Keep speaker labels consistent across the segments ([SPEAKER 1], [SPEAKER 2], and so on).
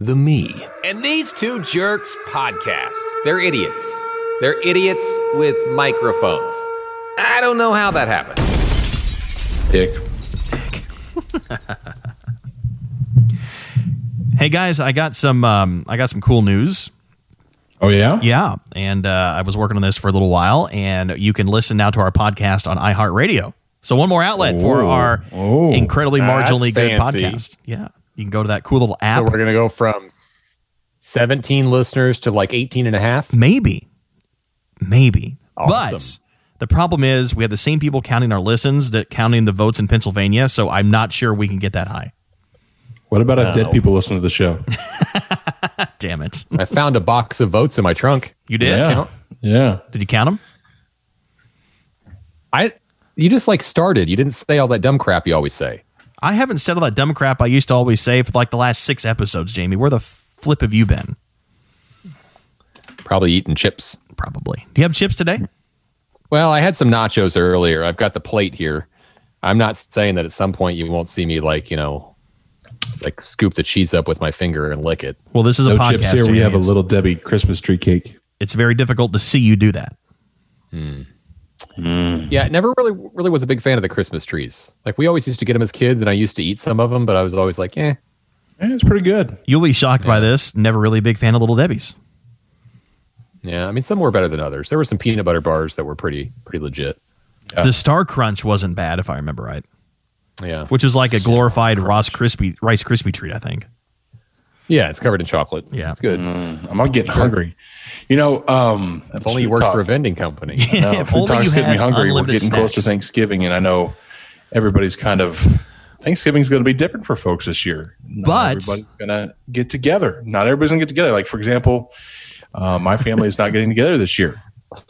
[SPEAKER 1] The Me.
[SPEAKER 2] And these two jerks podcast. They're idiots. They're idiots with microphones. I don't know how that happened.
[SPEAKER 3] Dick.
[SPEAKER 4] Hey guys, I got some um, I got some cool news.
[SPEAKER 3] Oh yeah?
[SPEAKER 4] Yeah, and uh, I was working on this for a little while, and you can listen now to our podcast on iHeartRadio. So one more outlet for
[SPEAKER 3] Ooh. Oh.
[SPEAKER 4] our
[SPEAKER 3] Ooh.
[SPEAKER 4] incredibly
[SPEAKER 5] That's
[SPEAKER 4] marginally good
[SPEAKER 5] fancy.
[SPEAKER 4] podcast. Yeah, you can go to that cool little
[SPEAKER 5] So
[SPEAKER 4] app.
[SPEAKER 5] we're going to go from s- 17 listeners to like 18 and a half.
[SPEAKER 4] Maybe. Maybe.
[SPEAKER 5] Awesome.
[SPEAKER 4] But the problem is we have the same people counting our listens that counting the votes in Pennsylvania, so I'm not sure we can get that high.
[SPEAKER 3] What about if dead people listen to the show?
[SPEAKER 4] Damn it.
[SPEAKER 5] I found a box of votes in my trunk.
[SPEAKER 4] You did?
[SPEAKER 3] yeah.
[SPEAKER 5] count?
[SPEAKER 3] Yeah.
[SPEAKER 4] Did you count them?
[SPEAKER 5] I you just like started. You didn't say all that dumb crap you always say.
[SPEAKER 4] I haven't said all that dumb crap I used to always say for like the last six episodes, Jamie. Where the flip have you been?
[SPEAKER 5] Probably eating chips.
[SPEAKER 4] Probably. Do you have chips today?
[SPEAKER 5] Well, I had some nachos earlier. I've got the plate here. I'm not saying that at some point you won't see me like, you know, like scoop the cheese up with my finger and lick it.
[SPEAKER 4] Well, this is
[SPEAKER 3] No
[SPEAKER 4] a podcast.
[SPEAKER 3] chips here. We
[SPEAKER 4] Jamie.
[SPEAKER 3] have a
[SPEAKER 4] It's-
[SPEAKER 3] little Debbie Christmas tree cake.
[SPEAKER 4] It's very difficult to see you do that.
[SPEAKER 5] Yeah, I never really really was a big fan of the Christmas trees. Like we always used to get them as kids and I used to eat some of them, but I was always like,
[SPEAKER 3] Yeah,
[SPEAKER 5] "Eh,
[SPEAKER 3] it's pretty good.
[SPEAKER 4] You'll be shocked by this. Never really a big fan of Little Debbie's.
[SPEAKER 5] yeah." I mean, some were better than others. There were some peanut butter bars that were pretty pretty legit.
[SPEAKER 4] The Star Crunch wasn't bad, if I remember right,
[SPEAKER 5] Yeah.
[SPEAKER 4] which is like a glorified Ross Crispy, Rice Krispie treat, I think.
[SPEAKER 5] Yeah, it's covered in chocolate.
[SPEAKER 4] Yeah.
[SPEAKER 5] It's good.
[SPEAKER 3] I'm all getting hungry. You know, um
[SPEAKER 5] If only you worked for a vending company.
[SPEAKER 3] No,
[SPEAKER 4] If
[SPEAKER 3] food
[SPEAKER 4] only
[SPEAKER 3] talks
[SPEAKER 4] you
[SPEAKER 3] get me
[SPEAKER 4] had
[SPEAKER 3] hungry. We're
[SPEAKER 4] unlimited
[SPEAKER 3] getting close to
[SPEAKER 4] snacks.
[SPEAKER 3] Thanksgiving, and I know everybody's kind of Thanksgiving's going to be different for folks this year. Not
[SPEAKER 4] But-
[SPEAKER 3] everybody's going to get together. Not everybody's going to get together. Like for example, uh, my family is not getting together this year.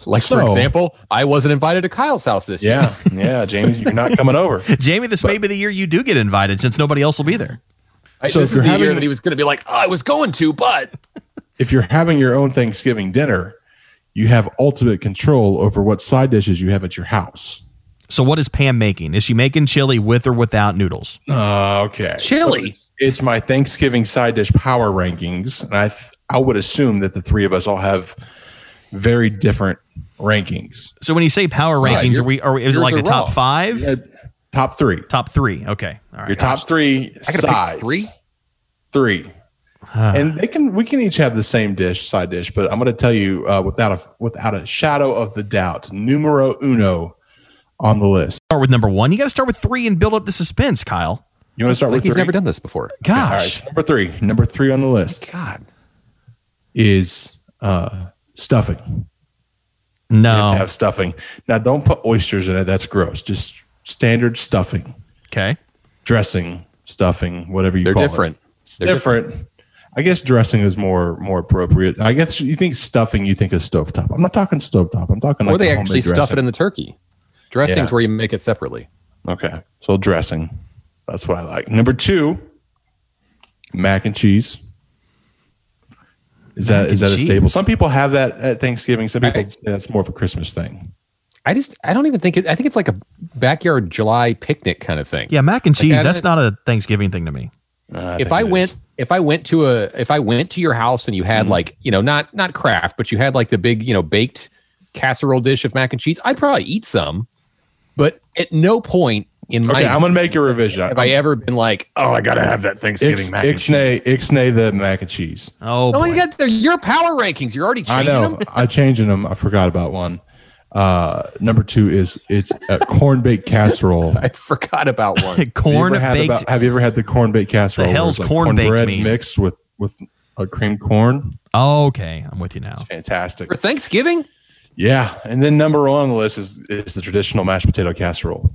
[SPEAKER 5] like for
[SPEAKER 3] So-
[SPEAKER 5] example, I wasn't invited to Kyle's house this year.
[SPEAKER 3] Yeah, yeah, James, you're not coming over.
[SPEAKER 4] Jamie, this may be the year you do get invited since nobody else will be there.
[SPEAKER 5] I,
[SPEAKER 3] So
[SPEAKER 5] this
[SPEAKER 3] if
[SPEAKER 5] is
[SPEAKER 3] you're
[SPEAKER 5] the year
[SPEAKER 3] having-
[SPEAKER 5] that he was going to be like, oh, "I was going to, but
[SPEAKER 3] If you're having your own Thanksgiving dinner, you have ultimate control over what side dishes you have at your house.
[SPEAKER 4] So, what is Pam making? Is she making chili with or without noodles?
[SPEAKER 3] Uh, okay. So
[SPEAKER 5] Chili.
[SPEAKER 3] it's, it's my Thanksgiving side dish power rankings, and I th- I would assume that the three of us all have very different rankings.
[SPEAKER 4] So, when you say power
[SPEAKER 3] Right,
[SPEAKER 4] rankings,
[SPEAKER 3] you're-
[SPEAKER 4] are we? Are, is it
[SPEAKER 5] yours
[SPEAKER 4] like
[SPEAKER 5] are
[SPEAKER 4] the top
[SPEAKER 5] wrong.
[SPEAKER 4] five?
[SPEAKER 3] Uh, top three.
[SPEAKER 4] Top three. Okay. All right.
[SPEAKER 3] Your top three
[SPEAKER 5] pick
[SPEAKER 3] sides.
[SPEAKER 5] three?
[SPEAKER 3] Three. and they can we can each have the same dish side dish, but I'm going to tell you uh, without a without a shadow of the doubt, numero uno on the list.
[SPEAKER 4] Start with number one. You got to start with three and build up the suspense, Kyle.
[SPEAKER 3] You want to start
[SPEAKER 5] like
[SPEAKER 3] with
[SPEAKER 5] he's
[SPEAKER 3] three?
[SPEAKER 5] never done this before."
[SPEAKER 3] all right,
[SPEAKER 4] Gosh.
[SPEAKER 3] so number three. Number three on the list
[SPEAKER 5] God,
[SPEAKER 3] is uh, stuffing. have to
[SPEAKER 5] Oh.
[SPEAKER 4] No.
[SPEAKER 3] have stuffing. Now, don't put oysters in it. That's gross. Just standard stuffing,
[SPEAKER 4] Okay.
[SPEAKER 3] dressing, stuffing, whatever you
[SPEAKER 5] they're
[SPEAKER 3] call it.
[SPEAKER 5] different.
[SPEAKER 3] It's
[SPEAKER 5] They're
[SPEAKER 3] different. I guess dressing is more more appropriate. I guess you think stuffing, you think of stovetop. I'm not talking stovetop. I'm talking like
[SPEAKER 5] or they
[SPEAKER 3] a
[SPEAKER 5] actually
[SPEAKER 3] homemade
[SPEAKER 5] stuff it
[SPEAKER 3] dressing.
[SPEAKER 5] in the turkey. Dressings
[SPEAKER 3] Yeah.
[SPEAKER 5] where you make it separately.
[SPEAKER 3] Okay, so dressing. That's what I like. Number two, mac and cheese. Is that is
[SPEAKER 4] and
[SPEAKER 3] that a staple?
[SPEAKER 4] cheese.
[SPEAKER 3] Some people have that at Thanksgiving. Some people
[SPEAKER 5] Right.
[SPEAKER 3] say that's more of a Christmas thing.
[SPEAKER 5] I just I don't even think it. I think it's like a backyard July picnic kind of thing.
[SPEAKER 4] Yeah, mac and cheese.
[SPEAKER 5] I
[SPEAKER 4] that's
[SPEAKER 5] don't-
[SPEAKER 4] not a Thanksgiving thing to me.
[SPEAKER 5] if I went if I went to a if I went to your house and you had like you know not not craft but you had like the big you know baked casserole dish of mac and cheese I'd probably eat some, but at no point in my
[SPEAKER 3] Okay, I'm gonna make a revision.
[SPEAKER 5] have I ever been like oh I gotta have that Thanksgiving
[SPEAKER 3] Ix-
[SPEAKER 5] mac and cheese.
[SPEAKER 3] Ixnay, Ixnay the mac and cheese.
[SPEAKER 4] Oh,
[SPEAKER 5] Oh
[SPEAKER 4] boy.
[SPEAKER 5] my god, they're your power rankings. You're already
[SPEAKER 3] I
[SPEAKER 5] changing
[SPEAKER 3] know.
[SPEAKER 5] them.
[SPEAKER 3] I'm changing them. I forgot about one. Uh, number two is it's a corn baked casserole.
[SPEAKER 5] I forgot about one.
[SPEAKER 3] have, you
[SPEAKER 4] corn
[SPEAKER 3] ever had
[SPEAKER 4] baked.
[SPEAKER 3] about- have you ever had the corn baked casserole?
[SPEAKER 4] The
[SPEAKER 3] where
[SPEAKER 4] hell's
[SPEAKER 3] it's like
[SPEAKER 4] corn baked
[SPEAKER 3] cornbread
[SPEAKER 4] mean?
[SPEAKER 3] mixed with with a creamed corn?
[SPEAKER 4] oh, okay, I'm with you now.
[SPEAKER 3] Fantastic.
[SPEAKER 5] For Thanksgiving?
[SPEAKER 3] Yeah, and then number one on the list is is the traditional mashed potato casserole.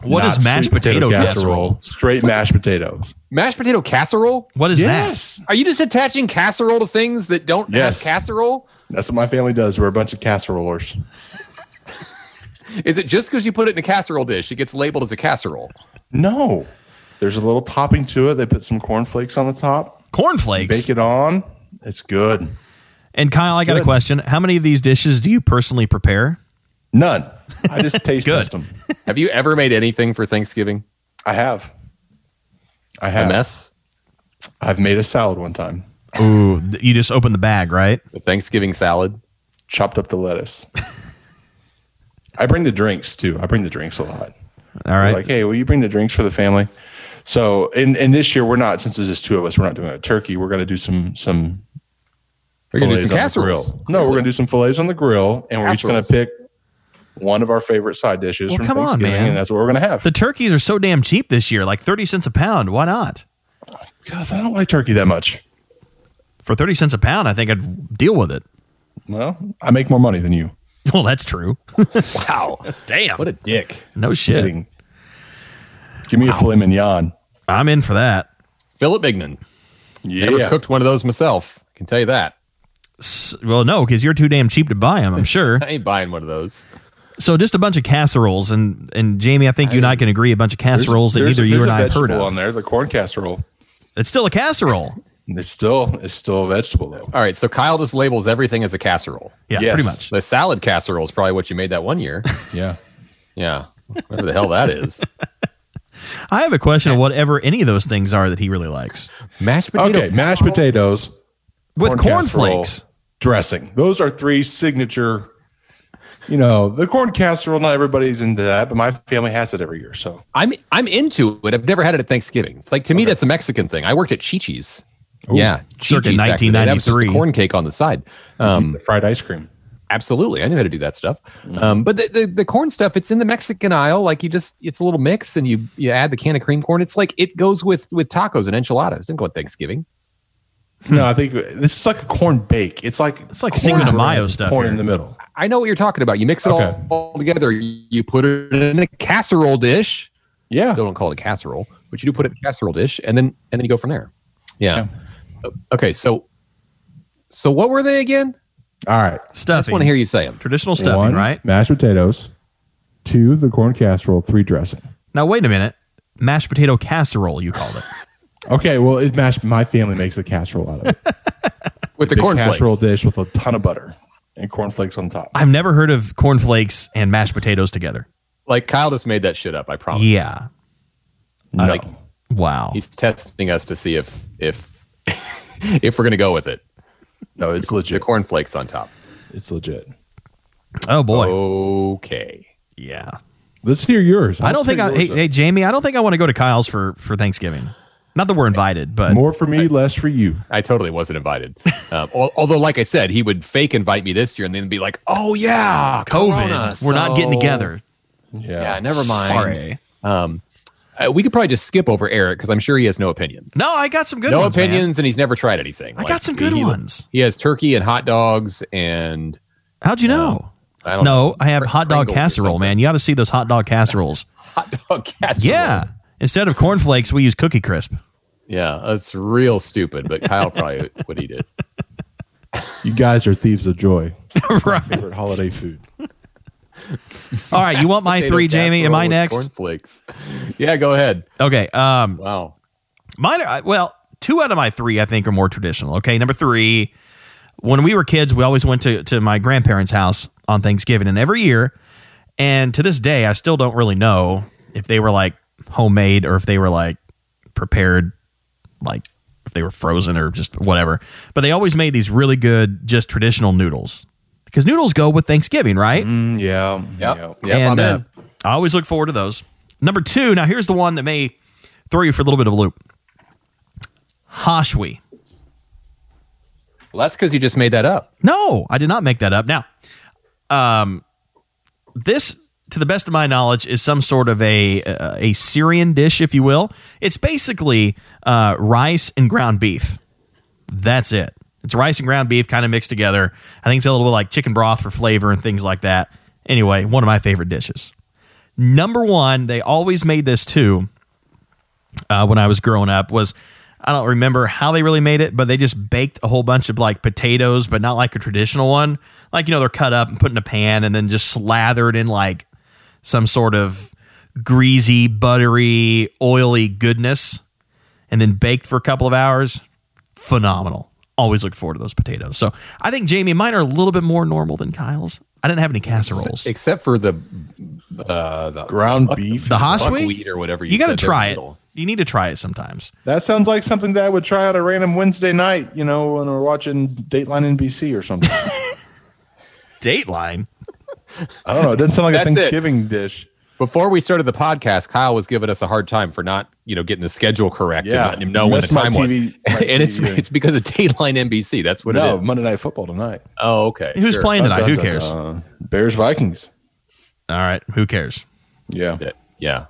[SPEAKER 4] What is
[SPEAKER 3] Not
[SPEAKER 4] mashed
[SPEAKER 3] sweet
[SPEAKER 4] potato, casserole?
[SPEAKER 3] Straight mashed potatoes.
[SPEAKER 5] Mashed potato casserole?
[SPEAKER 4] What is
[SPEAKER 3] Yes,
[SPEAKER 5] Are you just attaching casserole to things that don't
[SPEAKER 3] Yes.
[SPEAKER 5] have casserole?
[SPEAKER 3] that's what my family does. We're a bunch of casserolers.
[SPEAKER 5] Is it just because you put it in a casserole dish, it gets labeled as a casserole?
[SPEAKER 3] No. There's a little topping to it. They put some cornflakes on the top.
[SPEAKER 4] that? Cornflakes.
[SPEAKER 3] Bake it on. It's good.
[SPEAKER 4] And Kyle, I got a
[SPEAKER 3] good.
[SPEAKER 4] question. How many of these dishes do you personally prepare?
[SPEAKER 3] None. I just taste
[SPEAKER 4] Good.
[SPEAKER 3] test them.
[SPEAKER 5] Have you ever made anything for Thanksgiving?
[SPEAKER 3] I have. I
[SPEAKER 5] A
[SPEAKER 3] have.
[SPEAKER 5] mess?
[SPEAKER 3] I've made a salad one time,
[SPEAKER 6] Ooh, th- you just open the bag, right?
[SPEAKER 5] The Thanksgiving salad.
[SPEAKER 3] chopped up the lettuce. I bring the drinks too. I bring the drinks a lot.
[SPEAKER 6] All right.
[SPEAKER 3] Like, hey, will you bring the drinks for the family? So, and and this year we're not since there's just two of us. We're not doing a turkey. We're gonna do some some.
[SPEAKER 5] We're gonna do
[SPEAKER 3] fillets
[SPEAKER 5] some
[SPEAKER 3] on the
[SPEAKER 5] casseroles.
[SPEAKER 3] grill. No, we're gonna do some fillets on the grill, and we're each gonna
[SPEAKER 5] Casseroles.
[SPEAKER 3] pick one of our favorite side dishes
[SPEAKER 6] Well,
[SPEAKER 3] from
[SPEAKER 6] come on,
[SPEAKER 3] Thanksgiving,
[SPEAKER 6] man.
[SPEAKER 3] and that's what we're gonna have.
[SPEAKER 6] the turkeys are so damn cheap this year, like 30 cents a pound. Why not?
[SPEAKER 3] Because I don't like turkey that much.
[SPEAKER 6] For 30 cents a pound, I think I'd deal with it.
[SPEAKER 3] Well, I make more money than you.
[SPEAKER 6] Well, that's true.
[SPEAKER 5] Wow.
[SPEAKER 6] Damn.
[SPEAKER 5] What a dick.
[SPEAKER 6] no shit.
[SPEAKER 3] Kidding. Give me a filet mignon.
[SPEAKER 6] I'm in for that.
[SPEAKER 5] Philip Bigman.
[SPEAKER 3] Yeah,
[SPEAKER 5] Never cooked one of those myself. Can tell you that.
[SPEAKER 6] S- Well, no, because you're too damn cheap to buy them, I'm sure.
[SPEAKER 5] I ain't buying one of those.
[SPEAKER 6] So just a bunch of casseroles. And, and Jamie, I think you and I can agree a bunch of casseroles that
[SPEAKER 3] There's-
[SPEAKER 6] neither you
[SPEAKER 3] there's
[SPEAKER 6] and
[SPEAKER 3] a
[SPEAKER 6] I have heard
[SPEAKER 3] vegetable
[SPEAKER 6] of.
[SPEAKER 3] on there. The corn casserole.
[SPEAKER 6] It's still a casserole.
[SPEAKER 3] It's still it's still a vegetable though.
[SPEAKER 5] All right, so Kyle just labels everything as a casserole.
[SPEAKER 6] Yeah,
[SPEAKER 3] Yes.
[SPEAKER 6] pretty much.
[SPEAKER 5] The salad casserole is probably what you made that one year.
[SPEAKER 3] Yeah.
[SPEAKER 5] yeah. Whatever the hell that is.
[SPEAKER 6] I have a question of whatever any of those things are that he really likes.
[SPEAKER 5] Mashed potato.
[SPEAKER 3] Okay, mashed potatoes.
[SPEAKER 6] With
[SPEAKER 3] corn
[SPEAKER 6] cornflakes.
[SPEAKER 3] casserole, dressing. Those are three signature. You know, the corn casserole. Not everybody's into that, but my family has it every year. So,
[SPEAKER 5] I'm I'm into it. I've never had it at Thanksgiving. Like to me, that's a Mexican thing. I worked at Chi-Chi's. yeah,
[SPEAKER 6] Circa
[SPEAKER 5] Chi-Chi's back in the day. That was just the
[SPEAKER 6] 1993.
[SPEAKER 5] corn cake on the side. Um,
[SPEAKER 3] the fried ice cream.
[SPEAKER 5] absolutely, I knew how to do that stuff. Um, but the, the the corn stuff, it's in the Mexican aisle. Like you just, it's a little mix, and you you add the can of cream corn. It's like it goes with with tacos and enchiladas. It didn't go with Thanksgiving.
[SPEAKER 3] No, I think this is like a corn bake. It's like
[SPEAKER 6] It's like
[SPEAKER 3] corn
[SPEAKER 6] Cinco de
[SPEAKER 3] bread
[SPEAKER 6] Mayo
[SPEAKER 3] with
[SPEAKER 6] stuff
[SPEAKER 3] Corn
[SPEAKER 6] here.
[SPEAKER 3] in the middle.
[SPEAKER 5] I know what you're talking about. You mix it
[SPEAKER 3] Okay.
[SPEAKER 5] all, all together. You put it in a casserole dish.
[SPEAKER 3] Yeah,
[SPEAKER 5] Still don't call it a casserole, but you do put it in a casserole dish, and then and then you go from there. Yeah. Okay, so so what were they again?
[SPEAKER 3] All right.
[SPEAKER 6] Stuffing.
[SPEAKER 5] I just want to hear you say them.
[SPEAKER 6] Traditional stuffing,
[SPEAKER 3] One,
[SPEAKER 6] right?
[SPEAKER 3] Mashed potatoes. Two, the corn casserole. Three, dressing.
[SPEAKER 6] Now, wait a minute. Mashed potato casserole, you called it.
[SPEAKER 3] Okay, well, it mashed. My family makes the casserole out of it.
[SPEAKER 5] With the
[SPEAKER 3] Big
[SPEAKER 5] corn
[SPEAKER 3] casserole dish with a ton of butter and cornflakes on top.
[SPEAKER 6] I've never heard of cornflakes and mashed potatoes together.
[SPEAKER 5] Like Kyle just made that shit up. I promise.
[SPEAKER 6] Yeah.
[SPEAKER 3] No.
[SPEAKER 5] Like
[SPEAKER 6] Wow.
[SPEAKER 5] he's testing us to see if if if we're gonna go with it.
[SPEAKER 3] no, it's
[SPEAKER 5] The
[SPEAKER 3] legit.
[SPEAKER 5] cornflakes on top.
[SPEAKER 3] It's legit.
[SPEAKER 6] Oh boy.
[SPEAKER 5] Okay.
[SPEAKER 6] Yeah.
[SPEAKER 3] Let's hear yours.
[SPEAKER 6] I don't think I
[SPEAKER 3] Let's
[SPEAKER 6] hey,
[SPEAKER 3] hear yours.
[SPEAKER 6] hey Jamie, I don't think I want to go to Kyle's for for Thanksgiving. Not that we're invited, but
[SPEAKER 3] more for me, less for you.
[SPEAKER 5] I totally wasn't invited. Um, al- although, like I said, he would fake invite me this year and then be like, "Oh yeah,
[SPEAKER 6] COVID.
[SPEAKER 5] Corona,
[SPEAKER 6] we're not getting
[SPEAKER 5] so-
[SPEAKER 6] together.
[SPEAKER 5] Yeah, never mind.
[SPEAKER 6] Sorry.
[SPEAKER 5] Uh, we could probably just skip over Eric because I'm sure he has no opinions.
[SPEAKER 6] No, I got some good
[SPEAKER 5] no
[SPEAKER 6] ones. man.
[SPEAKER 5] opinions, and he's never tried anything.
[SPEAKER 6] I got some good
[SPEAKER 5] he-
[SPEAKER 6] ones.
[SPEAKER 5] He has turkey and hot dogs, and
[SPEAKER 6] How'd you know?
[SPEAKER 5] I don't know,
[SPEAKER 6] No, I have hot dog
[SPEAKER 5] Pringles or
[SPEAKER 6] casserole,
[SPEAKER 5] something.
[SPEAKER 6] man. You got to see those hot dog casseroles.
[SPEAKER 5] hot dog casserole.
[SPEAKER 6] yeah. Instead of cornflakes, we use cookie crisp.
[SPEAKER 5] yeah, that's real stupid. But Kyle probably would eat it.
[SPEAKER 3] You guys are thieves of joy.
[SPEAKER 6] right.
[SPEAKER 3] Favorite holiday food.
[SPEAKER 6] All right, you want my
[SPEAKER 5] Potato
[SPEAKER 6] three, Jamie? Am
[SPEAKER 5] casserole
[SPEAKER 6] I
[SPEAKER 5] with
[SPEAKER 6] next?
[SPEAKER 5] Cornflakes. Yeah, go ahead.
[SPEAKER 6] Okay. Um
[SPEAKER 5] Wow.
[SPEAKER 6] Mine are, I- well, two out of my three, I think, are more traditional. Okay. Number three, when we were kids, we always went to, to my grandparents' house on Thanksgiving. And every year, and to this day, I still don't really know if they were like homemade or if they were like prepared, like if they were frozen or just whatever. But they always made these really good, just traditional noodles because noodles go with Thanksgiving, right?
[SPEAKER 3] Mm, yeah.
[SPEAKER 5] Yep.
[SPEAKER 3] yeah.
[SPEAKER 5] Yep. I'm
[SPEAKER 6] uh,
[SPEAKER 5] in.
[SPEAKER 6] I always look forward to those. Number two, now here's the one that may throw you for a little bit of a loop. Hashwi.
[SPEAKER 5] Well, that's because you just made that up.
[SPEAKER 6] No, I did not make that up. Now, um, this, to the best of my knowledge, is some sort of a uh, a Syrian dish, if you will. It's basically uh, rice and ground beef. That's it. It's rice and ground beef kind of mixed together. I think it's a little bit like chicken broth for flavor and things like that. Anyway, one of my favorite dishes. Number one, they always made this too uh, when I was growing up was I don't remember how they really made it, but they just baked a whole bunch of like potatoes, but not like a traditional one. Like, you know, they're cut up and put in a pan and then just slathered in like some sort of greasy, buttery, oily goodness and then baked for a couple of hours. Phenomenal. Always look forward to those potatoes. So I think Jamie, mine are a little bit more normal than Kyle's. I didn't have any casseroles.
[SPEAKER 5] Except for the uh, the
[SPEAKER 3] Ground beef.
[SPEAKER 6] The hot- Hashwi?
[SPEAKER 5] buckwheat or whatever you
[SPEAKER 6] You gotta
[SPEAKER 5] said there
[SPEAKER 6] try
[SPEAKER 5] in
[SPEAKER 6] it.
[SPEAKER 5] the middle.
[SPEAKER 6] You need to try it sometimes.
[SPEAKER 3] That sounds like something that I would try out a random Wednesday night, you know, when we're watching Dateline NBC or something.
[SPEAKER 6] Dateline.
[SPEAKER 3] I don't know. It doesn't sound like a
[SPEAKER 5] That's it.
[SPEAKER 3] Thanksgiving dish.
[SPEAKER 5] Before we started the podcast, Kyle was giving us a hard time for not, you know, getting the schedule correct
[SPEAKER 3] Yeah.
[SPEAKER 5] and letting him know when the
[SPEAKER 3] Missed my
[SPEAKER 5] time
[SPEAKER 3] TV my
[SPEAKER 5] was. and it's
[SPEAKER 3] TV.
[SPEAKER 5] it's because of Dateline NBC. That's what
[SPEAKER 3] No,
[SPEAKER 5] it is.
[SPEAKER 3] Monday Night Football tonight.
[SPEAKER 5] Oh, okay.
[SPEAKER 6] Who's
[SPEAKER 5] sure.
[SPEAKER 6] playing tonight? Who
[SPEAKER 3] Dun, dun,
[SPEAKER 6] cares? All
[SPEAKER 3] dun. Bears Vikings.
[SPEAKER 6] right. Who cares?
[SPEAKER 3] Yeah.
[SPEAKER 5] that- Yeah,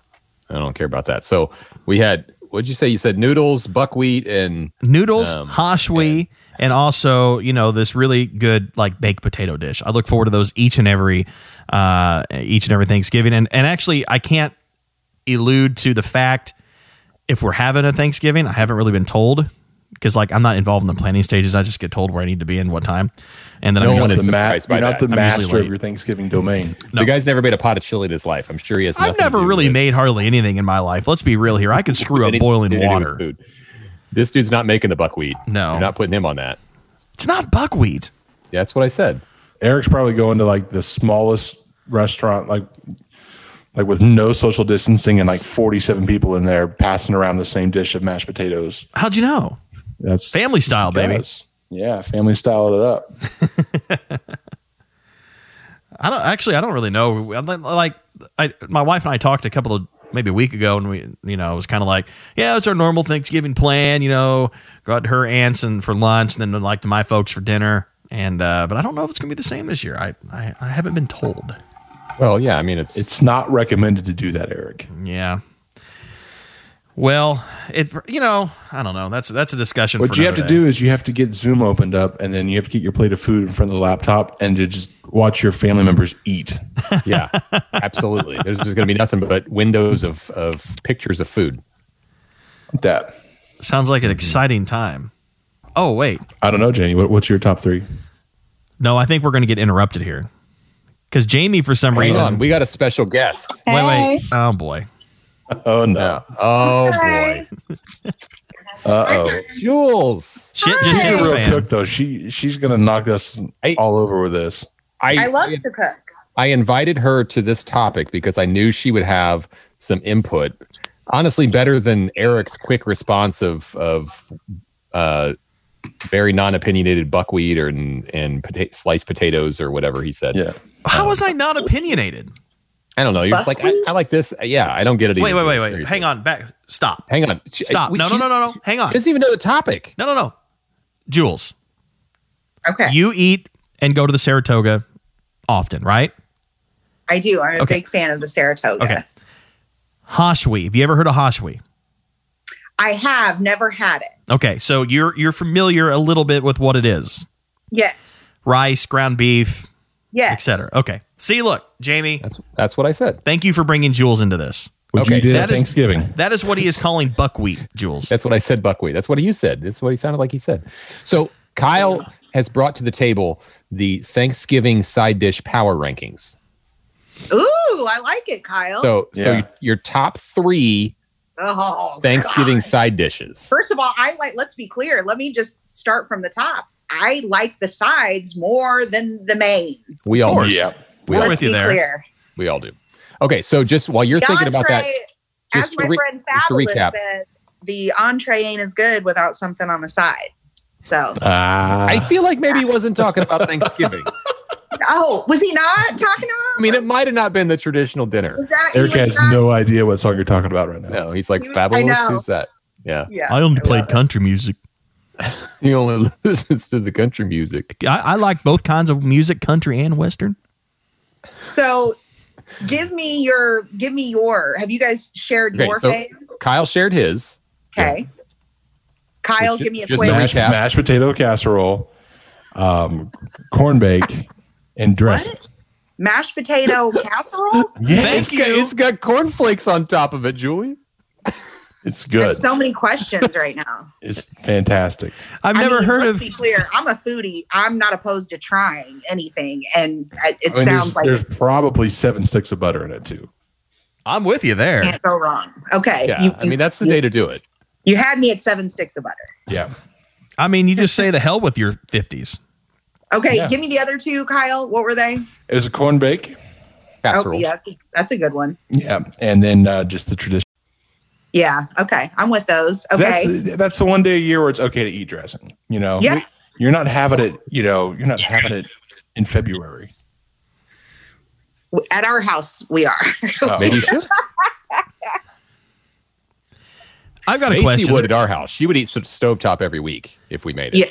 [SPEAKER 5] I don't care about that. So we had. What'd you say? You said noodles, buckwheat, and
[SPEAKER 6] Noodles,
[SPEAKER 5] Um,
[SPEAKER 6] hashwi, and, also, you know, this really good like baked potato dish. I look forward to those each and every uh each and every Thanksgiving. And and actually I can't elude to the fact if we're having a Thanksgiving, I haven't really been told because like I'm not involved in the planning stages. I just get told where I need to be and what time. And then
[SPEAKER 5] No
[SPEAKER 6] I'm
[SPEAKER 5] one
[SPEAKER 6] usually-
[SPEAKER 5] is
[SPEAKER 3] The ma-
[SPEAKER 5] surprised by
[SPEAKER 3] you're not
[SPEAKER 5] that.
[SPEAKER 3] the
[SPEAKER 6] I'm usually
[SPEAKER 3] master
[SPEAKER 6] late.
[SPEAKER 3] of your Thanksgiving domain.
[SPEAKER 5] the guy's never made a pot of chili in his life. I'm sure he has.
[SPEAKER 6] I've
[SPEAKER 5] nothing
[SPEAKER 6] never
[SPEAKER 5] to do
[SPEAKER 6] really
[SPEAKER 5] with
[SPEAKER 6] made hardly anything in my life. Let's be real here. I could screw up
[SPEAKER 5] anything to
[SPEAKER 6] boiling
[SPEAKER 5] do with
[SPEAKER 6] water.
[SPEAKER 5] Food. This dude's not making the buckwheat.
[SPEAKER 6] No.
[SPEAKER 5] you're not putting him on that.
[SPEAKER 6] It's not buckwheat.
[SPEAKER 5] That's what I said.
[SPEAKER 3] Eric's probably going to like the smallest restaurant, like like with no social distancing and like 47 people in there passing around the same dish of mashed potatoes.
[SPEAKER 6] How'd you know?
[SPEAKER 3] That's
[SPEAKER 6] Family style, baby.
[SPEAKER 3] Yes. Yeah, family styled it up.
[SPEAKER 6] I don't actually. I don't really know. I'm li- Like, I my wife and I talked a couple of maybe a week ago, and we you know it was kind of like, yeah, it's our normal Thanksgiving plan. You know, go out to her aunts and for lunch, and then like to my folks for dinner. And uh, but I don't know if it's gonna be the same this year. I I, I haven't been told.
[SPEAKER 5] Well, yeah. I mean, it's it's
[SPEAKER 3] It's not recommended to do that, Eric.
[SPEAKER 6] Yeah. Well, it you know I don't know. That's that's a discussion.
[SPEAKER 3] What
[SPEAKER 6] for
[SPEAKER 3] you have to
[SPEAKER 6] another day.
[SPEAKER 3] do is you have to get Zoom opened up, and then you have to get your plate of food in front of the laptop and to just watch your family members eat.
[SPEAKER 5] yeah, absolutely. There's just going to be nothing but windows of of pictures of food.
[SPEAKER 3] That
[SPEAKER 6] sounds like an exciting time. Oh wait,
[SPEAKER 3] I don't know, Jenny. What, what's your top three?
[SPEAKER 6] no, I think we're gonna get interrupted here because Jamie for some
[SPEAKER 5] Hang
[SPEAKER 6] reason.
[SPEAKER 5] on, we got a special guest.
[SPEAKER 6] Wait,
[SPEAKER 4] Hey.
[SPEAKER 6] wait. Oh boy.
[SPEAKER 3] Oh no,
[SPEAKER 5] Yeah. Oh boy,
[SPEAKER 3] uh oh.
[SPEAKER 5] Jules.
[SPEAKER 6] Shit
[SPEAKER 4] Hi.
[SPEAKER 6] just
[SPEAKER 3] She's a real
[SPEAKER 6] fan.
[SPEAKER 3] cook, though. She she's gonna knock us
[SPEAKER 5] I-
[SPEAKER 3] all over with this.
[SPEAKER 4] I love to cook.
[SPEAKER 5] I invited her to this topic because I knew she would have some input. Honestly, better than Eric's quick response of of uh, very non opinionated buckwheat or and, and pota- sliced potatoes or whatever he said.
[SPEAKER 3] Yeah,
[SPEAKER 6] How was I not opinionated?
[SPEAKER 5] I don't know. You're just like I, I like this. Uh, Yeah, I don't get it.
[SPEAKER 6] Wait,
[SPEAKER 5] either,
[SPEAKER 6] wait, wait, wait.
[SPEAKER 5] seriously.
[SPEAKER 6] Hang on. Back. Stop.
[SPEAKER 5] hang on. She-
[SPEAKER 6] Stop.
[SPEAKER 5] we-
[SPEAKER 6] No, no,
[SPEAKER 5] she's-
[SPEAKER 6] no, no, no. Hang on.
[SPEAKER 5] She doesn't even know the topic.
[SPEAKER 6] No, no, no. Jules,
[SPEAKER 4] Okay.
[SPEAKER 6] you eat and go to the Saratoga often, right?
[SPEAKER 4] I do. I'm a
[SPEAKER 6] Okay.
[SPEAKER 4] big fan of the Saratoga.
[SPEAKER 6] Okay. Hoshwi. Have you ever heard of Hoshwi?
[SPEAKER 4] I have never had it.
[SPEAKER 6] Okay, so you're you're familiar a little bit with what it is.
[SPEAKER 4] Yes.
[SPEAKER 6] Rice, ground beef,
[SPEAKER 4] Yes.
[SPEAKER 6] etc. Okay. See, look, Jamie,
[SPEAKER 5] That's that's what I said.
[SPEAKER 6] thank you for bringing Jules into this.
[SPEAKER 3] what
[SPEAKER 5] Okay,
[SPEAKER 3] you did
[SPEAKER 6] that
[SPEAKER 3] at
[SPEAKER 6] is-
[SPEAKER 3] Thanksgiving.
[SPEAKER 6] That is what he is calling buckwheat, Jules.
[SPEAKER 5] That's what I said, buckwheat. That's what you said. That's what he sounded like he said. So Kyle has brought to the table the Thanksgiving side dish power rankings.
[SPEAKER 4] Ooh, I like it, Kyle.
[SPEAKER 5] So
[SPEAKER 3] Yeah.
[SPEAKER 5] so your top three
[SPEAKER 4] oh,
[SPEAKER 5] Thanksgiving
[SPEAKER 4] God.
[SPEAKER 5] side dishes.
[SPEAKER 4] First of all, I like. Let's be clear. Let me just start from the top. I like the sides more than the main.
[SPEAKER 5] We all
[SPEAKER 6] course.
[SPEAKER 5] do.
[SPEAKER 6] Yeah.
[SPEAKER 5] We
[SPEAKER 6] We're
[SPEAKER 5] all,
[SPEAKER 4] let's
[SPEAKER 6] with you
[SPEAKER 4] be
[SPEAKER 6] there.
[SPEAKER 4] Clear.
[SPEAKER 5] we all do. Okay, so just while you're thinking about that,
[SPEAKER 4] Entree,
[SPEAKER 5] just
[SPEAKER 4] as
[SPEAKER 5] to
[SPEAKER 4] my
[SPEAKER 5] re-
[SPEAKER 4] friend
[SPEAKER 5] just to
[SPEAKER 4] Fabulous
[SPEAKER 5] recap.
[SPEAKER 4] said, the entree ain't as good without something on the side. So,
[SPEAKER 3] Ah,
[SPEAKER 5] I feel like maybe he wasn't talking about Thanksgiving.
[SPEAKER 4] oh, was he not talking about?
[SPEAKER 5] I mean, it might have not been the traditional dinner.
[SPEAKER 4] was that he
[SPEAKER 3] Eric
[SPEAKER 4] was
[SPEAKER 3] has
[SPEAKER 4] not-
[SPEAKER 3] no idea what song you're talking about right now.
[SPEAKER 5] No, he's like
[SPEAKER 4] I
[SPEAKER 5] fabulous.
[SPEAKER 4] know.
[SPEAKER 5] Who's that? Yeah,
[SPEAKER 4] Yeah,
[SPEAKER 6] only
[SPEAKER 4] I played love it.
[SPEAKER 6] country music.
[SPEAKER 5] he only listens to the country music.
[SPEAKER 6] I, I like both kinds of music, country and western.
[SPEAKER 4] So give me your give me your have you guys shared
[SPEAKER 5] Okay,
[SPEAKER 4] your
[SPEAKER 5] so-
[SPEAKER 4] faves?
[SPEAKER 5] Kyle shared his.
[SPEAKER 4] Okay. Kyle,
[SPEAKER 5] Just-
[SPEAKER 4] give me a
[SPEAKER 5] just
[SPEAKER 4] quick
[SPEAKER 5] to
[SPEAKER 3] mashed,
[SPEAKER 5] recap.
[SPEAKER 3] mashed potato casserole, um, corn bake, and dressing.
[SPEAKER 4] what? Mashed potato casserole?
[SPEAKER 3] Yes,
[SPEAKER 6] Thank you.
[SPEAKER 5] It's got cornflakes on top of it, Julie.
[SPEAKER 3] it's
[SPEAKER 4] There's
[SPEAKER 3] good.
[SPEAKER 4] so many questions right now.
[SPEAKER 3] It's fantastic.
[SPEAKER 6] I've
[SPEAKER 4] I
[SPEAKER 6] never
[SPEAKER 4] mean,
[SPEAKER 6] heard
[SPEAKER 4] let's
[SPEAKER 6] of.
[SPEAKER 4] Be clear, I'm a foodie. I'm not opposed to trying anything, and I- it
[SPEAKER 3] I mean,
[SPEAKER 4] sounds
[SPEAKER 3] there's,
[SPEAKER 4] like
[SPEAKER 3] there's probably seven sticks of butter in it too.
[SPEAKER 6] I'm with you
[SPEAKER 4] you
[SPEAKER 6] there.
[SPEAKER 4] can't go wrong. Okay,
[SPEAKER 5] Yeah,
[SPEAKER 4] you,
[SPEAKER 5] I mean that's the day to do it.
[SPEAKER 4] you had me at seven sticks of butter.
[SPEAKER 3] Yeah,
[SPEAKER 6] I mean, you just say the hell with your fifties.
[SPEAKER 4] Okay,
[SPEAKER 3] Yeah.
[SPEAKER 4] give me the other two, Kyle. What were they?
[SPEAKER 3] it was a corn bake.
[SPEAKER 4] Oh,
[SPEAKER 5] Casserole.
[SPEAKER 4] yeah, that's a, that's a good one.
[SPEAKER 3] Yeah, and then uh, just the tradition.
[SPEAKER 4] Yeah. Okay. I'm with those. Okay.
[SPEAKER 3] That's that's the one day a year where it's okay to eat dressing. You know,
[SPEAKER 4] Yeah.
[SPEAKER 3] you're not having it. You know, you're not having it in February.
[SPEAKER 4] At our house, we are.
[SPEAKER 3] Oh.
[SPEAKER 5] Maybe you should.
[SPEAKER 6] I've got a
[SPEAKER 5] Macy
[SPEAKER 6] question.
[SPEAKER 5] would at our house. She would eat some stovetop every week if we made it.
[SPEAKER 4] Yeah.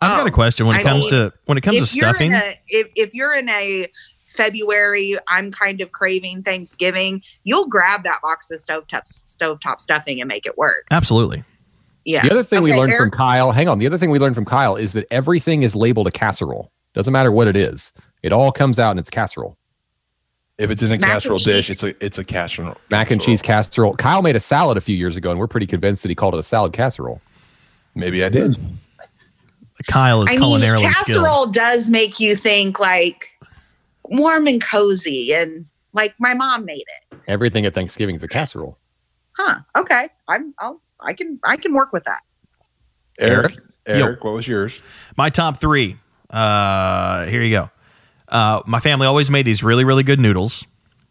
[SPEAKER 6] I've got a question when it
[SPEAKER 4] Oh, I
[SPEAKER 6] comes
[SPEAKER 4] mean,
[SPEAKER 6] to when it comes to stuffing.
[SPEAKER 4] You're in a, if, if you're in a February, I'm kind of craving Thanksgiving, you'll grab that box of stovetop, stovetop stuffing and make it work.
[SPEAKER 6] Absolutely.
[SPEAKER 4] Yeah.
[SPEAKER 5] The other thing we
[SPEAKER 4] Okay,
[SPEAKER 5] learned from
[SPEAKER 4] Eric-
[SPEAKER 5] Kyle, hang on. The other thing we learned from Kyle is that everything is labeled a casserole. Doesn't matter what it is. It all comes out and it's casserole.
[SPEAKER 3] If it's in a
[SPEAKER 4] Mac and
[SPEAKER 3] casserole
[SPEAKER 4] cheese.
[SPEAKER 3] dish, it's a it's a casserole.
[SPEAKER 5] Mac and cheese casserole. Kyle made a salad a few years ago, and we're pretty convinced that he called it a salad casserole.
[SPEAKER 3] Maybe I did.
[SPEAKER 6] Kyle is
[SPEAKER 4] I mean,
[SPEAKER 6] culinarily skilled.
[SPEAKER 4] casserole does make you think like warm and cozy and like my mom made it.
[SPEAKER 5] Everything at Thanksgiving is a casserole.
[SPEAKER 4] Huh. Okay. I'm, I'll, I can, I can work with that.
[SPEAKER 3] Eric,
[SPEAKER 6] Yo.
[SPEAKER 3] Eric, what was yours?
[SPEAKER 6] My top three. Uh, here you go. Uh, my family always made these really, really good noodles.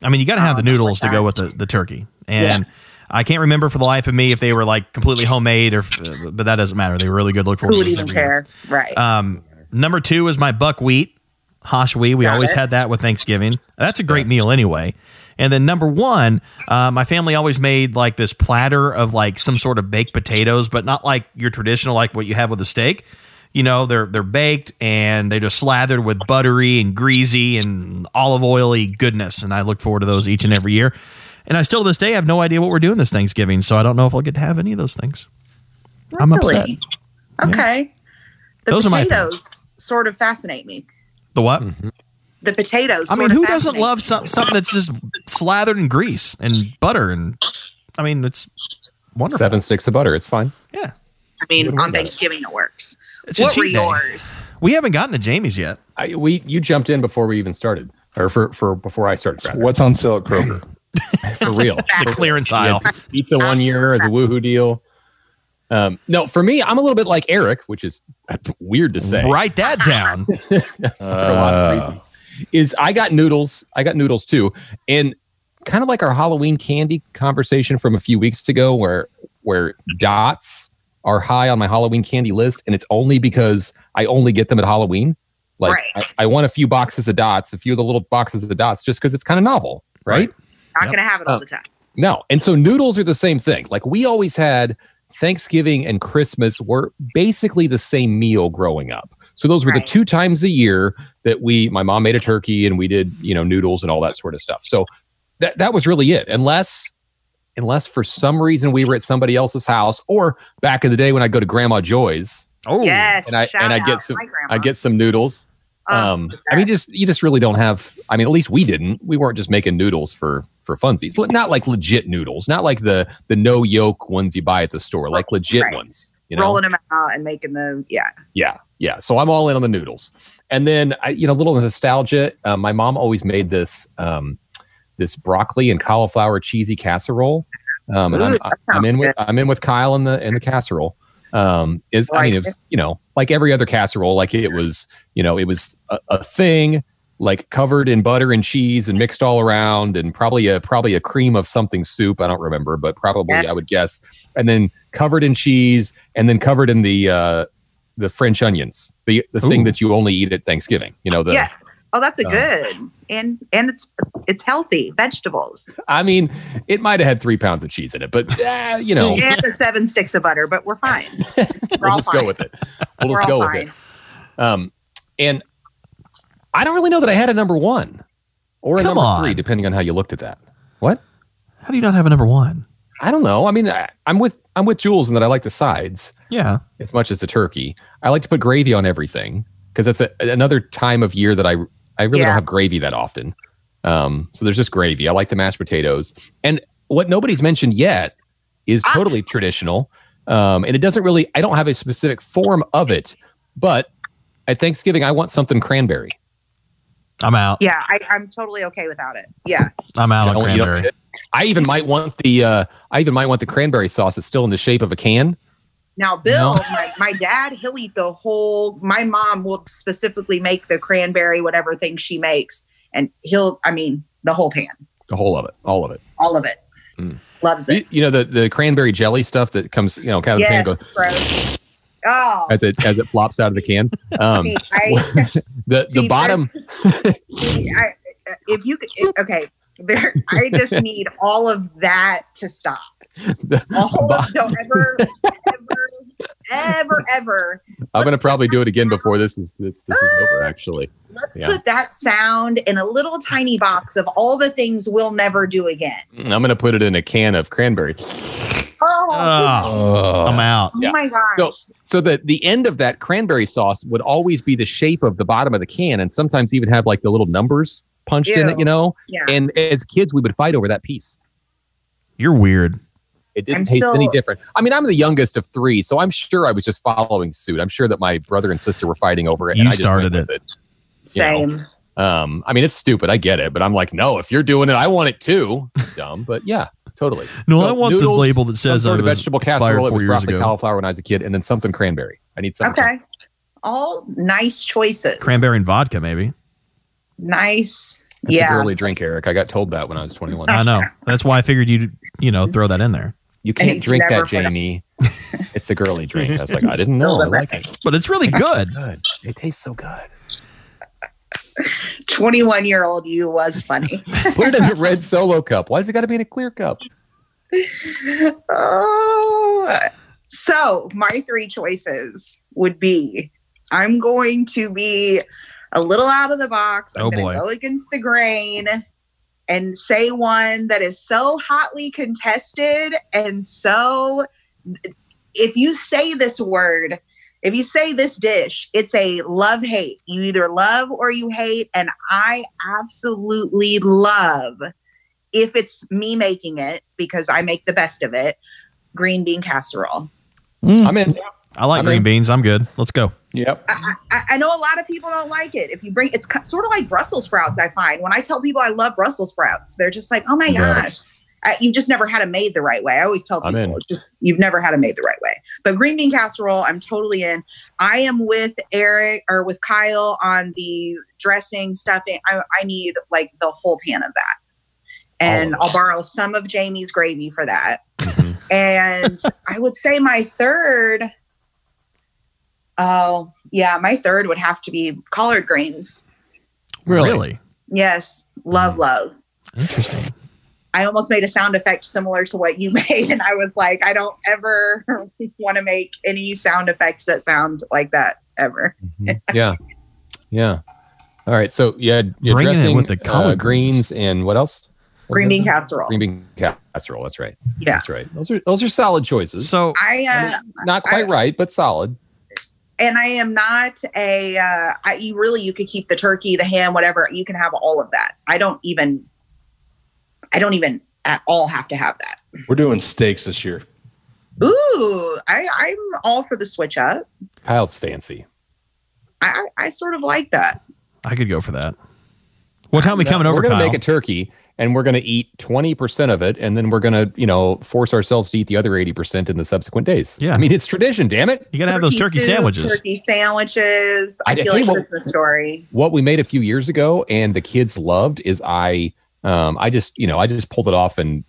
[SPEAKER 6] I mean, you got to have
[SPEAKER 4] Oh,
[SPEAKER 6] the
[SPEAKER 4] I like
[SPEAKER 6] noodles to
[SPEAKER 4] that.
[SPEAKER 6] go with the, the turkey. And I can't remember for the life of me if they were like completely homemade or, f- but that doesn't matter. They were really good. Look forward
[SPEAKER 4] Who
[SPEAKER 6] to
[SPEAKER 4] would
[SPEAKER 6] this
[SPEAKER 4] even
[SPEAKER 6] every year.
[SPEAKER 4] care? Right.
[SPEAKER 5] Uh,
[SPEAKER 6] Um, number two is my buckwheat hash wheat. We
[SPEAKER 4] Got
[SPEAKER 6] always
[SPEAKER 4] it.
[SPEAKER 6] had that with Thanksgiving. That's a great meal anyway. And then number one, uh, my family always made like this platter of like some sort of baked potatoes, but not like your traditional like what you have with a steak. You know, they're they're baked and they're just slathered with buttery and greasy and olive oily goodness. And I look forward to those each and every year. And I still to this day have no idea what we're doing this Thanksgiving, so I don't know if I'll get to have any of those things. I'm upset.
[SPEAKER 4] Really? Okay. The
[SPEAKER 6] Those are my
[SPEAKER 4] potatoes sort of fascinate me.
[SPEAKER 6] The what?
[SPEAKER 5] Hmm.
[SPEAKER 4] The potatoes.
[SPEAKER 6] I mean,
[SPEAKER 4] sort of
[SPEAKER 6] who doesn't
[SPEAKER 4] fascinate
[SPEAKER 6] love
[SPEAKER 4] me.
[SPEAKER 6] so- something that's just slathered in grease and butter and I mean, it's wonderful.
[SPEAKER 5] Seven sticks of butter. It's fine.
[SPEAKER 6] Yeah,
[SPEAKER 4] I mean,
[SPEAKER 5] Wouldn't worry about
[SPEAKER 4] on
[SPEAKER 5] it.
[SPEAKER 4] Thanksgiving it works.
[SPEAKER 6] it's a
[SPEAKER 4] What were
[SPEAKER 6] cheat day.
[SPEAKER 4] yours?
[SPEAKER 6] We haven't gotten to Jamie's yet.
[SPEAKER 5] I, we you jumped in before we even started, or for, for before I started. rather.
[SPEAKER 3] What's on sale at Kroger?
[SPEAKER 5] for real.
[SPEAKER 6] The clearance aisle.
[SPEAKER 5] Yeah, pizza one year as a woohoo deal. Um, no, for me, I'm a little bit like Eric, which is weird to say.
[SPEAKER 6] Write that down.
[SPEAKER 5] for a lot of
[SPEAKER 3] Uh,
[SPEAKER 5] reasons, is I got noodles. I got noodles too, and kind of like our Halloween candy conversation from a few weeks ago, where where dots are high on my Halloween candy list, and it's only because I only get them at Halloween. Like
[SPEAKER 4] Right.
[SPEAKER 5] I, I want a few boxes of dots, a few of the little boxes of dots, just because it's kind of novel, right?
[SPEAKER 4] Not
[SPEAKER 6] Yep.
[SPEAKER 4] going to have it all
[SPEAKER 5] Oh.
[SPEAKER 4] the time.
[SPEAKER 5] No. And so noodles are the same thing. Like we always had Thanksgiving and Christmas were basically the same meal growing up. So those were the
[SPEAKER 4] Right.
[SPEAKER 5] two times a year that we my mom made a turkey and we did, you know, noodles and all that sort of stuff. So that that was really it. Unless unless for some reason we were at somebody else's house or back in the day when I go to Grandma Joy's,
[SPEAKER 6] Oh,
[SPEAKER 4] Yes.
[SPEAKER 5] and I-
[SPEAKER 4] shout
[SPEAKER 5] and I get
[SPEAKER 4] out.
[SPEAKER 5] some-
[SPEAKER 4] My grandma.
[SPEAKER 5] I get some noodles.
[SPEAKER 4] Oh,
[SPEAKER 5] Um, I
[SPEAKER 4] okay.
[SPEAKER 5] mean, just you just really don't have. I mean, at least we didn't. We weren't just making noodles for for funsies. L- Not like legit noodles. Not like the the no yolk ones you buy at the store. Like legit
[SPEAKER 4] Right.
[SPEAKER 5] ones. You know.
[SPEAKER 4] rolling them out and making them. Yeah.
[SPEAKER 5] Yeah, yeah. So I'm all in on the noodles, and then I, you know, a little nostalgia. Uh, my mom always made this um, this broccoli and cauliflower cheesy casserole, um, and I'm,
[SPEAKER 4] Ooh, that
[SPEAKER 5] I'm in
[SPEAKER 4] sounds
[SPEAKER 5] with I'm in with Kyle in the in the casserole. Um, is I mean, it was, you know, like every other casserole, like it was, you know, it was a, a thing, like covered in butter and cheese and mixed all around, and probably a probably a cream of something soup. I don't remember, but probably
[SPEAKER 4] Yeah.
[SPEAKER 5] I would guess, and then covered in cheese, and then covered in the uh, the French onions, the the
[SPEAKER 6] Ooh.
[SPEAKER 5] thing that you only eat at Thanksgiving. You know, the
[SPEAKER 4] yeah. Oh, that's a
[SPEAKER 5] um,
[SPEAKER 4] good. And and it's it's healthy vegetables.
[SPEAKER 5] I mean, it might have had three pounds of cheese in it, but uh, you know,
[SPEAKER 4] And the seven sticks of butter, but we're fine. We're
[SPEAKER 5] we'll
[SPEAKER 4] all
[SPEAKER 5] just
[SPEAKER 4] fine.
[SPEAKER 5] go with it. We'll
[SPEAKER 4] We're
[SPEAKER 5] just
[SPEAKER 4] all
[SPEAKER 5] go
[SPEAKER 4] fine.
[SPEAKER 5] with it. Um, and I don't really know that I had a number one or a
[SPEAKER 6] Come
[SPEAKER 5] number three,
[SPEAKER 6] on.
[SPEAKER 5] depending on how you looked at that.
[SPEAKER 6] how do you not have a number one?
[SPEAKER 5] I don't know. I mean, I, I'm with I'm with Jules in that I like the sides.
[SPEAKER 6] Yeah,
[SPEAKER 5] as much as the turkey. I like to put gravy on everything because that's a, another time of year that I I really don't
[SPEAKER 4] Yeah.
[SPEAKER 5] have gravy that often. Um, so there's just gravy. I like the mashed potatoes, and what nobody's mentioned yet is
[SPEAKER 4] Ah.
[SPEAKER 5] totally traditional, um, and it doesn't really. I don't have a specific form of it, but at Thanksgiving I want something cranberry.
[SPEAKER 6] I'm out.
[SPEAKER 4] Yeah, I, I'm totally okay without it. Yeah.
[SPEAKER 6] I'm out
[SPEAKER 5] You
[SPEAKER 6] on
[SPEAKER 5] don't- you don't-
[SPEAKER 6] cranberry.
[SPEAKER 5] I even might want the uh, I even might want the cranberry sauce that's still in the shape of a can.
[SPEAKER 4] Now, Bill,
[SPEAKER 5] No.
[SPEAKER 4] my, my dad, he'll eat the whole. My mom will specifically make the cranberry, whatever thing she makes, and he'll. I mean, the whole pan,
[SPEAKER 5] The whole of it, all of it.
[SPEAKER 4] all of it.
[SPEAKER 5] Mm.
[SPEAKER 4] Loves
[SPEAKER 5] You,
[SPEAKER 4] it.
[SPEAKER 5] you know the the cranberry jelly stuff that comes, you know, kind of the
[SPEAKER 4] Yes,
[SPEAKER 5] thing goes
[SPEAKER 4] gross. Oh,
[SPEAKER 5] as it as it flops out of the can. Um,
[SPEAKER 4] see, I,
[SPEAKER 5] the
[SPEAKER 4] See,
[SPEAKER 5] the bottom.
[SPEAKER 4] see, I, if you could, okay, there, I just need all of that to stop.
[SPEAKER 5] the-
[SPEAKER 4] All
[SPEAKER 5] bo-
[SPEAKER 4] of, don't ever, ever, ever, ever.
[SPEAKER 5] I'm gonna probably do it again before this is this, this is over. Actually,
[SPEAKER 4] Let's
[SPEAKER 5] Yeah.
[SPEAKER 4] put that sound in a little tiny box of all the things we'll never do again.
[SPEAKER 5] I'm gonna put it in a can of cranberry.
[SPEAKER 4] Oh,
[SPEAKER 6] Oh,
[SPEAKER 3] uh,
[SPEAKER 6] I'm out.
[SPEAKER 4] oh
[SPEAKER 5] Uh, yeah.
[SPEAKER 4] my gosh.
[SPEAKER 5] So, so the the end of that cranberry sauce would always be the shape of the bottom of the can, and sometimes even have like the little numbers punched in it.
[SPEAKER 4] Ew.
[SPEAKER 5] You know,
[SPEAKER 4] yeah.
[SPEAKER 5] and as kids we would fight over that piece.
[SPEAKER 6] You're weird.
[SPEAKER 5] It didn't
[SPEAKER 4] I'm
[SPEAKER 5] taste any
[SPEAKER 4] still-
[SPEAKER 5] different. I mean, I'm the youngest of three, so I'm sure I was just following suit. I'm sure that my brother and sister were fighting over it.
[SPEAKER 6] You
[SPEAKER 5] and I just
[SPEAKER 6] started
[SPEAKER 5] went with
[SPEAKER 4] Same.
[SPEAKER 5] Um, I mean, it's stupid. I get it, but I'm like, no, if you're doing it, I want it too. Dumb, but yeah, totally.
[SPEAKER 6] No,
[SPEAKER 5] So
[SPEAKER 6] I want
[SPEAKER 5] noodles,
[SPEAKER 6] the label that
[SPEAKER 5] Some
[SPEAKER 6] says
[SPEAKER 5] sort
[SPEAKER 6] I
[SPEAKER 5] of
[SPEAKER 6] was
[SPEAKER 5] vegetable
[SPEAKER 6] expired
[SPEAKER 5] casserole. It
[SPEAKER 6] four
[SPEAKER 5] was
[SPEAKER 6] years
[SPEAKER 5] broccoli
[SPEAKER 6] ago.
[SPEAKER 5] cauliflower when I was a kid, and then something cranberry. I need something.
[SPEAKER 4] Okay. All nice choices.
[SPEAKER 6] Cranberry and vodka, maybe.
[SPEAKER 4] Nice.
[SPEAKER 5] It's a
[SPEAKER 4] yeah.
[SPEAKER 5] girly drink, Eric. I got told that when I was 21.
[SPEAKER 6] I know. That's why I figured you'd, you know, throw that in there.
[SPEAKER 5] You can't
[SPEAKER 4] it's
[SPEAKER 5] drink
[SPEAKER 4] never
[SPEAKER 5] that,
[SPEAKER 4] put up.
[SPEAKER 5] Jamie. it's a girly drink. I was like, I didn't know. I like it.
[SPEAKER 6] But it's really good.
[SPEAKER 5] Good. It tastes so good.
[SPEAKER 4] 21 year old you was funny.
[SPEAKER 5] Put it in a red solo cup. Why's it got to be in a clear cup?
[SPEAKER 4] oh. So, my three choices would be I'm going to be a little out of the box. I'm
[SPEAKER 6] Oh,
[SPEAKER 4] going
[SPEAKER 6] boy.
[SPEAKER 4] to go against the grain and say one that is so hotly contested and so if you say this word, if you say this dish, it's a love hate. You either love or you hate. And I absolutely love if it's me making it because I make the best of it green bean casserole.
[SPEAKER 3] mm.
[SPEAKER 5] I'm in.
[SPEAKER 6] I like
[SPEAKER 5] I mean-
[SPEAKER 6] green beans. I'm good. Let's go.
[SPEAKER 3] Yep.
[SPEAKER 4] I, I, I know a lot of people don't like it. If you bring it's ki- sort of like Brussels sprouts, I find when I tell people I love Brussels sprouts, they're just like, oh my gosh. I, you just never had them made the right way. I always tell
[SPEAKER 5] I'm
[SPEAKER 4] people,
[SPEAKER 5] in.
[SPEAKER 4] it's just you've never had them made the right way. But green bean casserole, I'm totally in. I am with Eric or with Kyle on the dressing stuffing. I, I need like the whole pan of that, and
[SPEAKER 5] All
[SPEAKER 4] I'll borrow some of Jamie's gravy for that. and I would say my third. Oh yeah, my third would have to be collard greens.
[SPEAKER 5] Really?
[SPEAKER 4] Yes, love, love.
[SPEAKER 6] Interesting.
[SPEAKER 4] I almost made a sound effect similar to what you made, and I was like, I don't ever want to make any sound effects that sound like that ever.
[SPEAKER 5] Mhm.
[SPEAKER 6] Mm-hmm.
[SPEAKER 5] yeah. Yeah. All right. So yeah, you're
[SPEAKER 6] Bringing it
[SPEAKER 5] dressing
[SPEAKER 6] with the
[SPEAKER 5] uh,
[SPEAKER 6] collard
[SPEAKER 5] greens and what else? What
[SPEAKER 4] Green
[SPEAKER 5] was
[SPEAKER 4] bean
[SPEAKER 5] it?
[SPEAKER 4] casserole.
[SPEAKER 5] Green bean casserole. That's right.
[SPEAKER 4] Yeah.
[SPEAKER 5] That's right. Those are those are solid choices.
[SPEAKER 6] So
[SPEAKER 4] I
[SPEAKER 5] I
[SPEAKER 4] uh,
[SPEAKER 5] mean, not quite
[SPEAKER 4] I-
[SPEAKER 5] right, but solid.
[SPEAKER 4] and I am not a. Uh, I you really you could keep the turkey, the ham, whatever. You can have all of that. I don't even. I don't even at all have to have that.
[SPEAKER 3] We're doing steaks this year.
[SPEAKER 4] Ooh, I, I'm all for the switch up.
[SPEAKER 5] Kyle's fancy.
[SPEAKER 4] I, I, I sort of like that.
[SPEAKER 6] I could go for that. What time are we coming over,
[SPEAKER 5] we're gonna
[SPEAKER 6] Kyle?
[SPEAKER 5] make a turkey and we're gonna eat twenty percent of it, and then we're gonna, you know, force ourselves to eat the other eighty percent in the subsequent days.
[SPEAKER 6] Yeah.
[SPEAKER 5] I mean, it's tradition. Damn it.
[SPEAKER 6] you got to have those turkey
[SPEAKER 4] soup,
[SPEAKER 6] sandwiches.
[SPEAKER 4] Turkey sandwiches. I,
[SPEAKER 5] I- I
[SPEAKER 4] feel
[SPEAKER 5] tell
[SPEAKER 4] like
[SPEAKER 5] you what-
[SPEAKER 4] Christmas story.
[SPEAKER 5] what we made a few years ago and the kids loved is I um, I just you know I just pulled it off and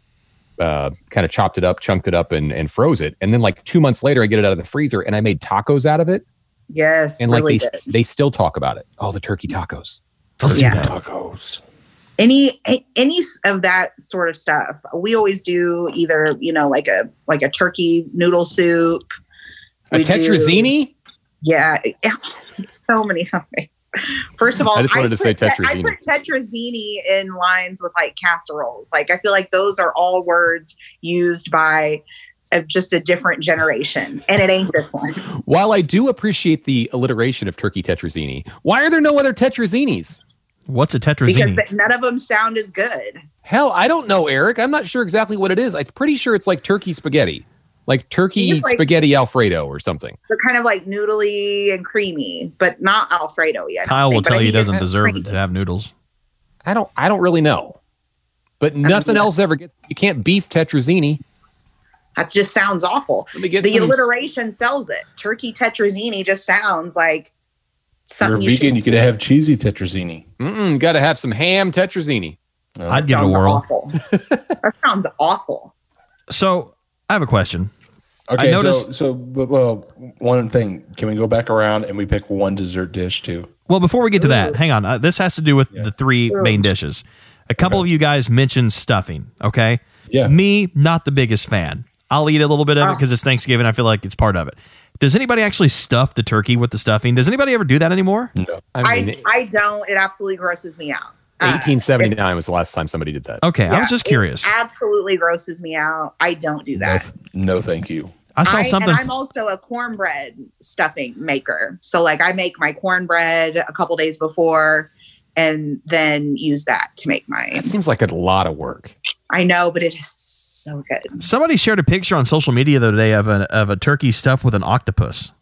[SPEAKER 5] uh, kind of chopped it up, chunked it up, and and froze it. And then like two months later, I get it out of the freezer and I made tacos out of it.
[SPEAKER 4] Yes,
[SPEAKER 5] And like
[SPEAKER 4] really
[SPEAKER 5] they
[SPEAKER 4] good.
[SPEAKER 5] they still talk about it. Oh, the turkey tacos.
[SPEAKER 6] Let's do
[SPEAKER 4] Yeah.
[SPEAKER 6] that.
[SPEAKER 3] Tacos.
[SPEAKER 4] Any a- any s- of that sort of stuff. We always do either you know like a like a turkey noodle soup.
[SPEAKER 5] A
[SPEAKER 4] We do-
[SPEAKER 5] tetrazzini.
[SPEAKER 4] Yeah, yeah, so many things. First of all,
[SPEAKER 5] I just wanted to say
[SPEAKER 4] put-
[SPEAKER 5] tetrazzini.
[SPEAKER 4] I put tetrazzini in lines with like casseroles. Like I feel like those are all words used by uh, just a different generation, and it ain't this one.
[SPEAKER 5] While I do appreciate the alliteration of turkey tetrazzini, why are there no other tetrazzinis?
[SPEAKER 6] What's a
[SPEAKER 4] because
[SPEAKER 6] tetrazzini?
[SPEAKER 4] th- none of them sound as good.
[SPEAKER 5] Hell, I don't know, Eric. I'm not sure exactly what it is. I'm pretty sure it's like turkey spaghetti, like turkey
[SPEAKER 4] It's like-
[SPEAKER 5] spaghetti Alfredo or something.
[SPEAKER 4] They're kind of like noodly and creamy, but not Alfredo yet.
[SPEAKER 6] Kyle will tell you he doesn't
[SPEAKER 4] it's
[SPEAKER 6] deserve
[SPEAKER 4] creamy.
[SPEAKER 6] to have noodles.
[SPEAKER 5] I don't I don't really know. But nothing
[SPEAKER 4] either.
[SPEAKER 5] else ever gets you can't beef tetrazzini.
[SPEAKER 4] That just sounds awful.
[SPEAKER 5] Let me get
[SPEAKER 4] The
[SPEAKER 5] some-
[SPEAKER 4] alliteration sells it. Turkey tetrazzini just sounds like
[SPEAKER 3] You're
[SPEAKER 4] something. you
[SPEAKER 3] vegan.
[SPEAKER 4] should-
[SPEAKER 3] You could have cheesy tetrazzini. Uh,
[SPEAKER 5] Mm-mm, gotta have some ham tetrazzini.
[SPEAKER 6] I'd give it a
[SPEAKER 4] sounds
[SPEAKER 6] whirl.
[SPEAKER 4] Awful. that sounds awful.
[SPEAKER 6] So I have a question.
[SPEAKER 3] Okay,
[SPEAKER 6] I noticed-
[SPEAKER 3] so, so but, well, one thing. Can we go back around and we pick one dessert dish too?
[SPEAKER 6] Well, before we get to that, hang on. Uh, this has to do with the three main dishes. A couple of you guys mentioned stuffing. Okay.
[SPEAKER 3] Yeah.
[SPEAKER 6] Me, not the biggest fan. I'll eat a little bit of it
[SPEAKER 4] Ah.
[SPEAKER 6] because it's Thanksgiving. I feel like it's part of it. Does anybody actually stuff the turkey with the stuffing? Does anybody ever do that anymore?
[SPEAKER 5] I mean,
[SPEAKER 4] I, I don't. It absolutely grosses me out. Uh,
[SPEAKER 5] 1879 was the last time somebody did that.
[SPEAKER 6] Okay. I
[SPEAKER 4] Yeah,
[SPEAKER 6] was just curious.
[SPEAKER 4] absolutely grosses me out. I don't do that.
[SPEAKER 3] No, thank you.
[SPEAKER 6] I saw
[SPEAKER 4] I-
[SPEAKER 6] something.
[SPEAKER 4] And I'm also a cornbread stuffing maker. So like I make my cornbread a couple days before and then use that to make my
[SPEAKER 5] That seems like a lot of work.
[SPEAKER 4] I know, but it is so good.
[SPEAKER 6] Somebody shared a picture on social media the other day of a, of a turkey stuffed with an octopus.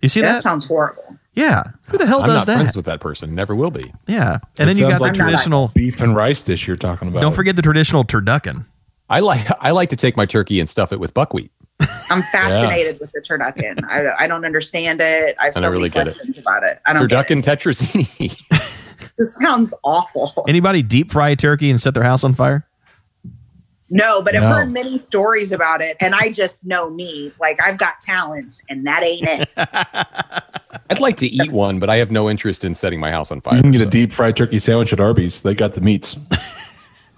[SPEAKER 6] You see
[SPEAKER 4] that,
[SPEAKER 6] that?
[SPEAKER 4] sounds horrible.
[SPEAKER 6] yeah. Who the hell
[SPEAKER 5] I'm
[SPEAKER 6] does
[SPEAKER 5] not
[SPEAKER 6] that?
[SPEAKER 5] friends with that person. Never will be.
[SPEAKER 6] Yeah.
[SPEAKER 3] It
[SPEAKER 6] And then you
[SPEAKER 3] sounds
[SPEAKER 6] got
[SPEAKER 3] like
[SPEAKER 6] the
[SPEAKER 4] I'm not
[SPEAKER 6] traditional.
[SPEAKER 3] Beef and rice dish you're talking about.
[SPEAKER 6] Don't forget the traditional turducken.
[SPEAKER 5] I like I like to take my turkey and stuff it with buckwheat.
[SPEAKER 4] I'm fascinated with the turducken. I, don't- I don't understand it. I
[SPEAKER 5] I
[SPEAKER 4] have so
[SPEAKER 5] don't
[SPEAKER 4] many
[SPEAKER 5] really get it.
[SPEAKER 4] questions about it. I don't get it.
[SPEAKER 5] Turducken tetrazzini.
[SPEAKER 4] This sounds awful.
[SPEAKER 6] Anybody deep fry a turkey and set their house on fire?
[SPEAKER 4] No, but I've
[SPEAKER 3] No.
[SPEAKER 4] heard many stories about it, and I just know me. Like I've got talents, and that ain't it.
[SPEAKER 5] I'd like to eat one, but I have no interest in setting my house on fire.
[SPEAKER 3] You can get a
[SPEAKER 5] so.
[SPEAKER 3] deep fried turkey sandwich at Arby's. They got the meats.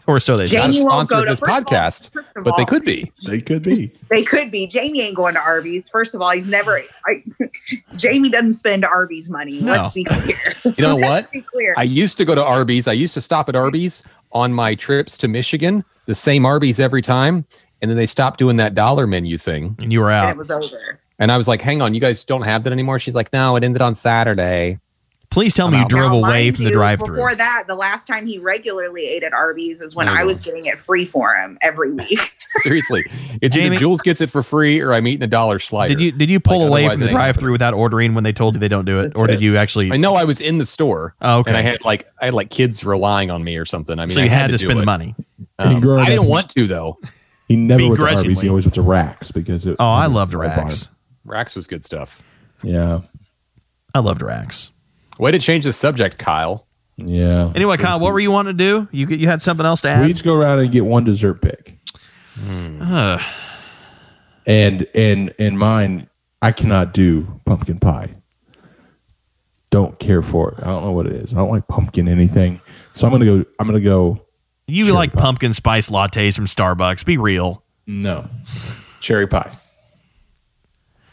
[SPEAKER 6] Or so they say.
[SPEAKER 5] Jamie-
[SPEAKER 4] Jamie won't
[SPEAKER 5] sponsor
[SPEAKER 4] go
[SPEAKER 5] of
[SPEAKER 4] to
[SPEAKER 5] this
[SPEAKER 4] first of all-
[SPEAKER 5] podcast,
[SPEAKER 4] first of
[SPEAKER 5] but they
[SPEAKER 4] all,
[SPEAKER 5] could be.
[SPEAKER 3] They could be.
[SPEAKER 4] They could be. Jamie ain't going to Arby's. First of all, he's never. I, Jamie doesn't spend Arby's money.
[SPEAKER 6] No.
[SPEAKER 4] Let's be clear.
[SPEAKER 5] You know what?
[SPEAKER 4] Let's be clear.
[SPEAKER 5] I used to go to Arby's. I used to stop at Arby's on my trips to Michigan, the same Arby's every time. And then they stopped doing that dollar menu thing.
[SPEAKER 6] And you were
[SPEAKER 4] and
[SPEAKER 6] out.
[SPEAKER 4] it was over.
[SPEAKER 5] And I was like, hang on, you guys don't have that anymore? She's like, no, it ended on Saturday.
[SPEAKER 6] Please tell me
[SPEAKER 5] I'm
[SPEAKER 6] you
[SPEAKER 5] out.
[SPEAKER 6] drove
[SPEAKER 4] Now,
[SPEAKER 6] away
[SPEAKER 4] mind
[SPEAKER 6] from the
[SPEAKER 4] you,
[SPEAKER 6] drive through.
[SPEAKER 4] Before that, the last time he regularly ate at Arby's is when
[SPEAKER 6] Oh,
[SPEAKER 5] There you
[SPEAKER 4] I
[SPEAKER 5] go.
[SPEAKER 4] was getting it free for him every week.
[SPEAKER 5] Seriously. It's
[SPEAKER 6] Jamie-
[SPEAKER 5] either Jules gets it for free or I'm eating a dollar slider.
[SPEAKER 6] Did you did you pull
[SPEAKER 5] Like,
[SPEAKER 6] away
[SPEAKER 5] otherwise
[SPEAKER 6] from
[SPEAKER 5] it
[SPEAKER 6] the
[SPEAKER 5] ain't
[SPEAKER 6] drive through
[SPEAKER 5] happening.
[SPEAKER 6] without ordering when they told you they don't do it?
[SPEAKER 3] That's
[SPEAKER 6] or did
[SPEAKER 3] it.
[SPEAKER 6] you actually
[SPEAKER 5] I know I was in the store
[SPEAKER 6] Oh, okay.
[SPEAKER 5] and I had like I had like kids relying on me or something. I mean,
[SPEAKER 6] so
[SPEAKER 5] I
[SPEAKER 6] you had, to
[SPEAKER 5] do
[SPEAKER 6] spend
[SPEAKER 5] it.
[SPEAKER 6] money.
[SPEAKER 3] And
[SPEAKER 5] Um,
[SPEAKER 3] growing
[SPEAKER 5] I didn't
[SPEAKER 3] up-
[SPEAKER 5] want to though.
[SPEAKER 3] He never went to
[SPEAKER 6] Begrudgingly.
[SPEAKER 3] Arby's. He always went to Racks because it.
[SPEAKER 6] Oh, I
[SPEAKER 3] it was
[SPEAKER 6] loved
[SPEAKER 3] so
[SPEAKER 6] racks.
[SPEAKER 5] Rax was good stuff.
[SPEAKER 3] bottom. Yeah,
[SPEAKER 6] I loved racks.
[SPEAKER 5] Way to change the subject, Kyle.
[SPEAKER 3] yeah.
[SPEAKER 6] Anyway, Kyle, what were you wanting to do? You you had something else to
[SPEAKER 3] We
[SPEAKER 6] add?
[SPEAKER 3] each go around and get one dessert pick,
[SPEAKER 6] Ugh.
[SPEAKER 3] and and and mine, I cannot do pumpkin pie. Don't care for it. I don't know what it is. I don't like pumpkin anything. So I'm gonna go. I'm gonna go.
[SPEAKER 6] you
[SPEAKER 3] Sure.
[SPEAKER 6] like pumpkin spice lattes from Starbucks. Be real.
[SPEAKER 3] No, cherry pie.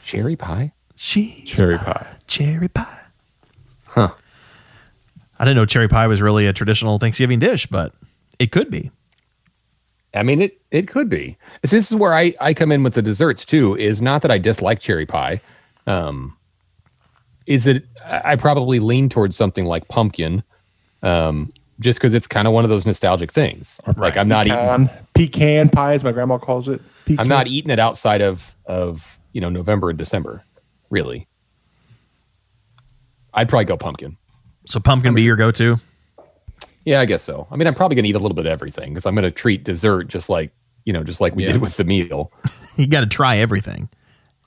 [SPEAKER 5] Cherry pie?
[SPEAKER 6] She
[SPEAKER 3] Cherry pie.
[SPEAKER 6] cherry pie.
[SPEAKER 5] Huh.
[SPEAKER 6] I didn't know cherry pie was really a traditional Thanksgiving dish, but it could be.
[SPEAKER 5] I mean, it it could be. This this is where I I come in with the desserts too. Is not that I dislike cherry pie. Um, is that I I probably lean towards something like pumpkin, um, just because it's kind of one of those nostalgic things. Like I'm not eating,
[SPEAKER 3] Pecan, pecan pie, as my grandma calls it. Pecan.
[SPEAKER 5] I'm not eating it outside of of you know November and December, really. I'd probably go pumpkin.
[SPEAKER 6] So pumpkin be your go to.
[SPEAKER 5] Yeah, I guess so. I mean, I'm probably gonna eat a little bit of everything because I'm gonna treat dessert just like you know, just like we
[SPEAKER 3] Yeah.
[SPEAKER 5] did with the meal.
[SPEAKER 6] You got to try everything.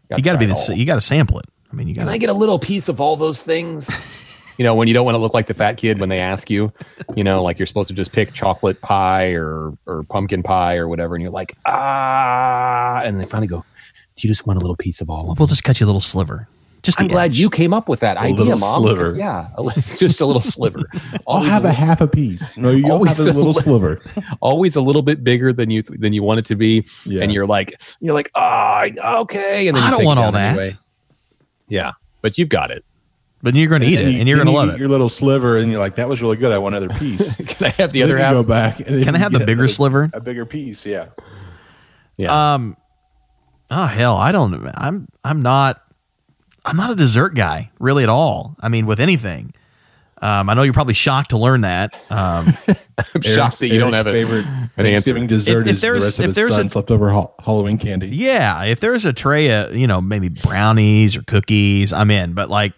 [SPEAKER 5] Gotta
[SPEAKER 6] you got to be
[SPEAKER 5] try it
[SPEAKER 6] the.
[SPEAKER 5] all.
[SPEAKER 6] You got to sample it. I mean, you got
[SPEAKER 5] Can I
[SPEAKER 6] to.
[SPEAKER 5] get a little piece of all those things? you know, when you don't want to look like the fat kid when they ask you, you know, like you're supposed to just pick chocolate pie or or pumpkin pie or whatever, and you're like, ah, and they finally go, "Do you just want a little piece of all of?" them?
[SPEAKER 6] We'll just cut you a little sliver. Just the
[SPEAKER 5] I'm glad
[SPEAKER 6] edge.
[SPEAKER 5] you came up with that idea,
[SPEAKER 3] little
[SPEAKER 5] mom.
[SPEAKER 3] sliver.
[SPEAKER 5] because, Yeah, a li- just a little sliver.
[SPEAKER 3] I'll
[SPEAKER 5] Always,
[SPEAKER 3] have
[SPEAKER 5] a,
[SPEAKER 3] a half a piece. No, you'll
[SPEAKER 5] Always
[SPEAKER 3] have a
[SPEAKER 5] a
[SPEAKER 3] little
[SPEAKER 5] li-
[SPEAKER 3] sliver.
[SPEAKER 5] always a little bit bigger than you than you want it to be,
[SPEAKER 3] Yeah.
[SPEAKER 5] and you're like, you're like, ah, okay. And then
[SPEAKER 6] I
[SPEAKER 5] you
[SPEAKER 6] don't
[SPEAKER 5] take it
[SPEAKER 6] want
[SPEAKER 5] down
[SPEAKER 6] all that.
[SPEAKER 5] anyway. Yeah, but you've got it.
[SPEAKER 6] But you're going to eat
[SPEAKER 3] then
[SPEAKER 6] it,
[SPEAKER 3] you-
[SPEAKER 6] and you're
[SPEAKER 3] then
[SPEAKER 6] going to
[SPEAKER 3] you eat
[SPEAKER 6] love it.
[SPEAKER 3] Your little sliver, and you're like, "That was really good. I want another piece."
[SPEAKER 5] Can I have the
[SPEAKER 3] Then
[SPEAKER 5] other
[SPEAKER 3] you
[SPEAKER 5] half?
[SPEAKER 3] go back. and then
[SPEAKER 6] Can I
[SPEAKER 3] you
[SPEAKER 6] have the
[SPEAKER 3] get
[SPEAKER 6] bigger
[SPEAKER 3] another-
[SPEAKER 6] sliver?
[SPEAKER 3] A bigger piece, yeah.
[SPEAKER 5] Yeah.
[SPEAKER 6] Um, oh hell, I don't. I'm I'm not. I'm not a dessert guy really at all. I mean, with anything. Um, I know you're probably shocked to learn that. Um,
[SPEAKER 5] I'm shocked that you don't have it.
[SPEAKER 3] favorite
[SPEAKER 5] an answer.
[SPEAKER 3] Thanksgiving dessert
[SPEAKER 6] If- if
[SPEAKER 3] is the
[SPEAKER 6] there's-
[SPEAKER 3] rest
[SPEAKER 6] if
[SPEAKER 3] of
[SPEAKER 6] there's
[SPEAKER 3] his
[SPEAKER 6] a-
[SPEAKER 3] son's leftover ha- Halloween candy.
[SPEAKER 6] yeah, if there's a tray of you know maybe brownies or cookies, I'm in. But like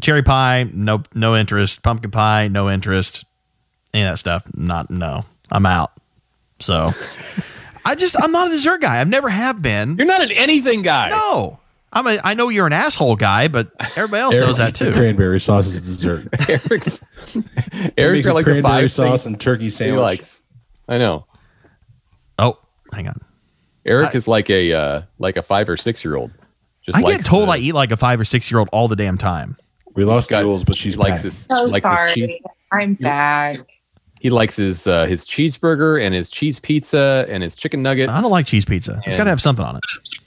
[SPEAKER 6] cherry pie, no no interest. Pumpkin pie, no interest. Any of that stuff, not no. I'm out. So I just I'm not a dessert guy. I've never have been.
[SPEAKER 5] You're not an anything guy.
[SPEAKER 6] No. I'm a, I know you're an asshole guy, but everybody else
[SPEAKER 3] Eric
[SPEAKER 6] knows that
[SPEAKER 3] eats the
[SPEAKER 6] too.
[SPEAKER 3] Cranberry sauce is dessert.
[SPEAKER 5] Eric's,
[SPEAKER 3] Makes
[SPEAKER 5] Eric's
[SPEAKER 3] a
[SPEAKER 5] got like the
[SPEAKER 3] cranberry
[SPEAKER 5] five
[SPEAKER 3] sauce
[SPEAKER 5] things
[SPEAKER 3] and turkey
[SPEAKER 5] he
[SPEAKER 3] sandwich.
[SPEAKER 5] likes. I know.
[SPEAKER 6] Oh, hang on.
[SPEAKER 5] Eric is like a uh, like a five or six year old. Just
[SPEAKER 6] I get
[SPEAKER 5] likes
[SPEAKER 6] told
[SPEAKER 5] the-
[SPEAKER 6] I eat like a five or six year old all the damn time.
[SPEAKER 3] We lost
[SPEAKER 5] got-
[SPEAKER 3] Jules, but
[SPEAKER 5] he
[SPEAKER 3] she's
[SPEAKER 5] likes
[SPEAKER 3] back.
[SPEAKER 5] his
[SPEAKER 4] So
[SPEAKER 5] likes his cheese,
[SPEAKER 4] sorry. I'm back.
[SPEAKER 5] he likes his uh, his cheeseburger and his cheese pizza and his chicken nuggets.
[SPEAKER 6] I don't like cheese pizza. It's got to
[SPEAKER 5] And-
[SPEAKER 6] have something on it.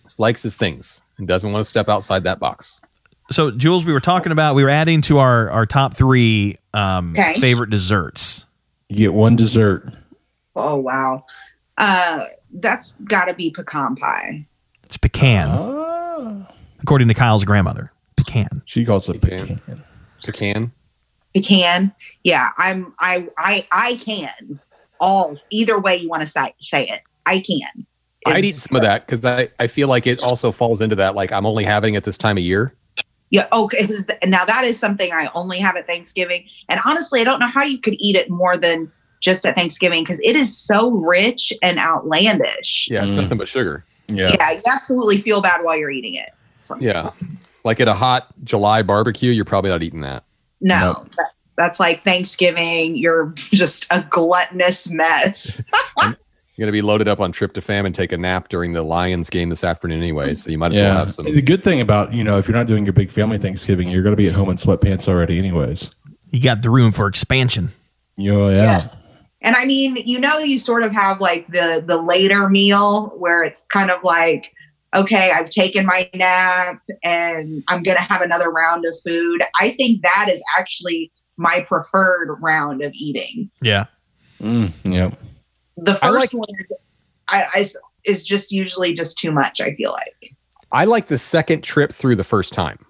[SPEAKER 5] Just likes his things and doesn't want to step outside that box.
[SPEAKER 6] So, Jules, we were talking about we were adding to our our top three um,
[SPEAKER 4] Okay.
[SPEAKER 6] favorite desserts.
[SPEAKER 3] You get one dessert.
[SPEAKER 4] Oh wow. Uh that's gotta be pecan pie.
[SPEAKER 6] It's pecan, according to Kyle's grandmother. Pecan.
[SPEAKER 3] She calls it
[SPEAKER 5] Pecan.
[SPEAKER 3] pecan.
[SPEAKER 5] Pecan.
[SPEAKER 4] Pecan. Yeah, I'm I I I can. All either way you want to say say it. I can.
[SPEAKER 5] I'd
[SPEAKER 4] It's-
[SPEAKER 5] eat some of that because I, I feel like it also falls into that like I'm only having it this time of year.
[SPEAKER 4] Yeah. Okay. Now that is something I only have at Thanksgiving, and honestly, I don't know how you could eat it more than just at Thanksgiving because it is so rich and outlandish.
[SPEAKER 5] Yeah, it's
[SPEAKER 3] Mm.
[SPEAKER 5] nothing but sugar.
[SPEAKER 3] Yeah.
[SPEAKER 4] Yeah. you absolutely feel bad while you're eating it. It's like,
[SPEAKER 5] Yeah, like at a hot July barbecue, you're probably not eating that.
[SPEAKER 4] No. that- that's like Thanksgiving. You're just a gluttonous mess.
[SPEAKER 5] You're gonna be loaded up on tryptophan and take a nap during the Lions game this afternoon anyway, so you might as well
[SPEAKER 3] Yeah.
[SPEAKER 5] have some.
[SPEAKER 3] And the good thing about, you know, if you're not doing your big family Thanksgiving, you're going to be at home in sweatpants already, anyways.
[SPEAKER 6] You got the room for expansion.
[SPEAKER 3] You know, yeah.
[SPEAKER 4] Yes. And I mean, you know, you sort of have like the the later meal where it's kind of like, okay, I've taken my nap and I'm gonna have another round of food. I think that is actually my preferred round of eating.
[SPEAKER 6] Yeah.
[SPEAKER 3] Mm, yeah.
[SPEAKER 4] The
[SPEAKER 5] I like-
[SPEAKER 4] first one is, I, I s- is just usually just too much. I feel like
[SPEAKER 5] I like the second trip through the first time.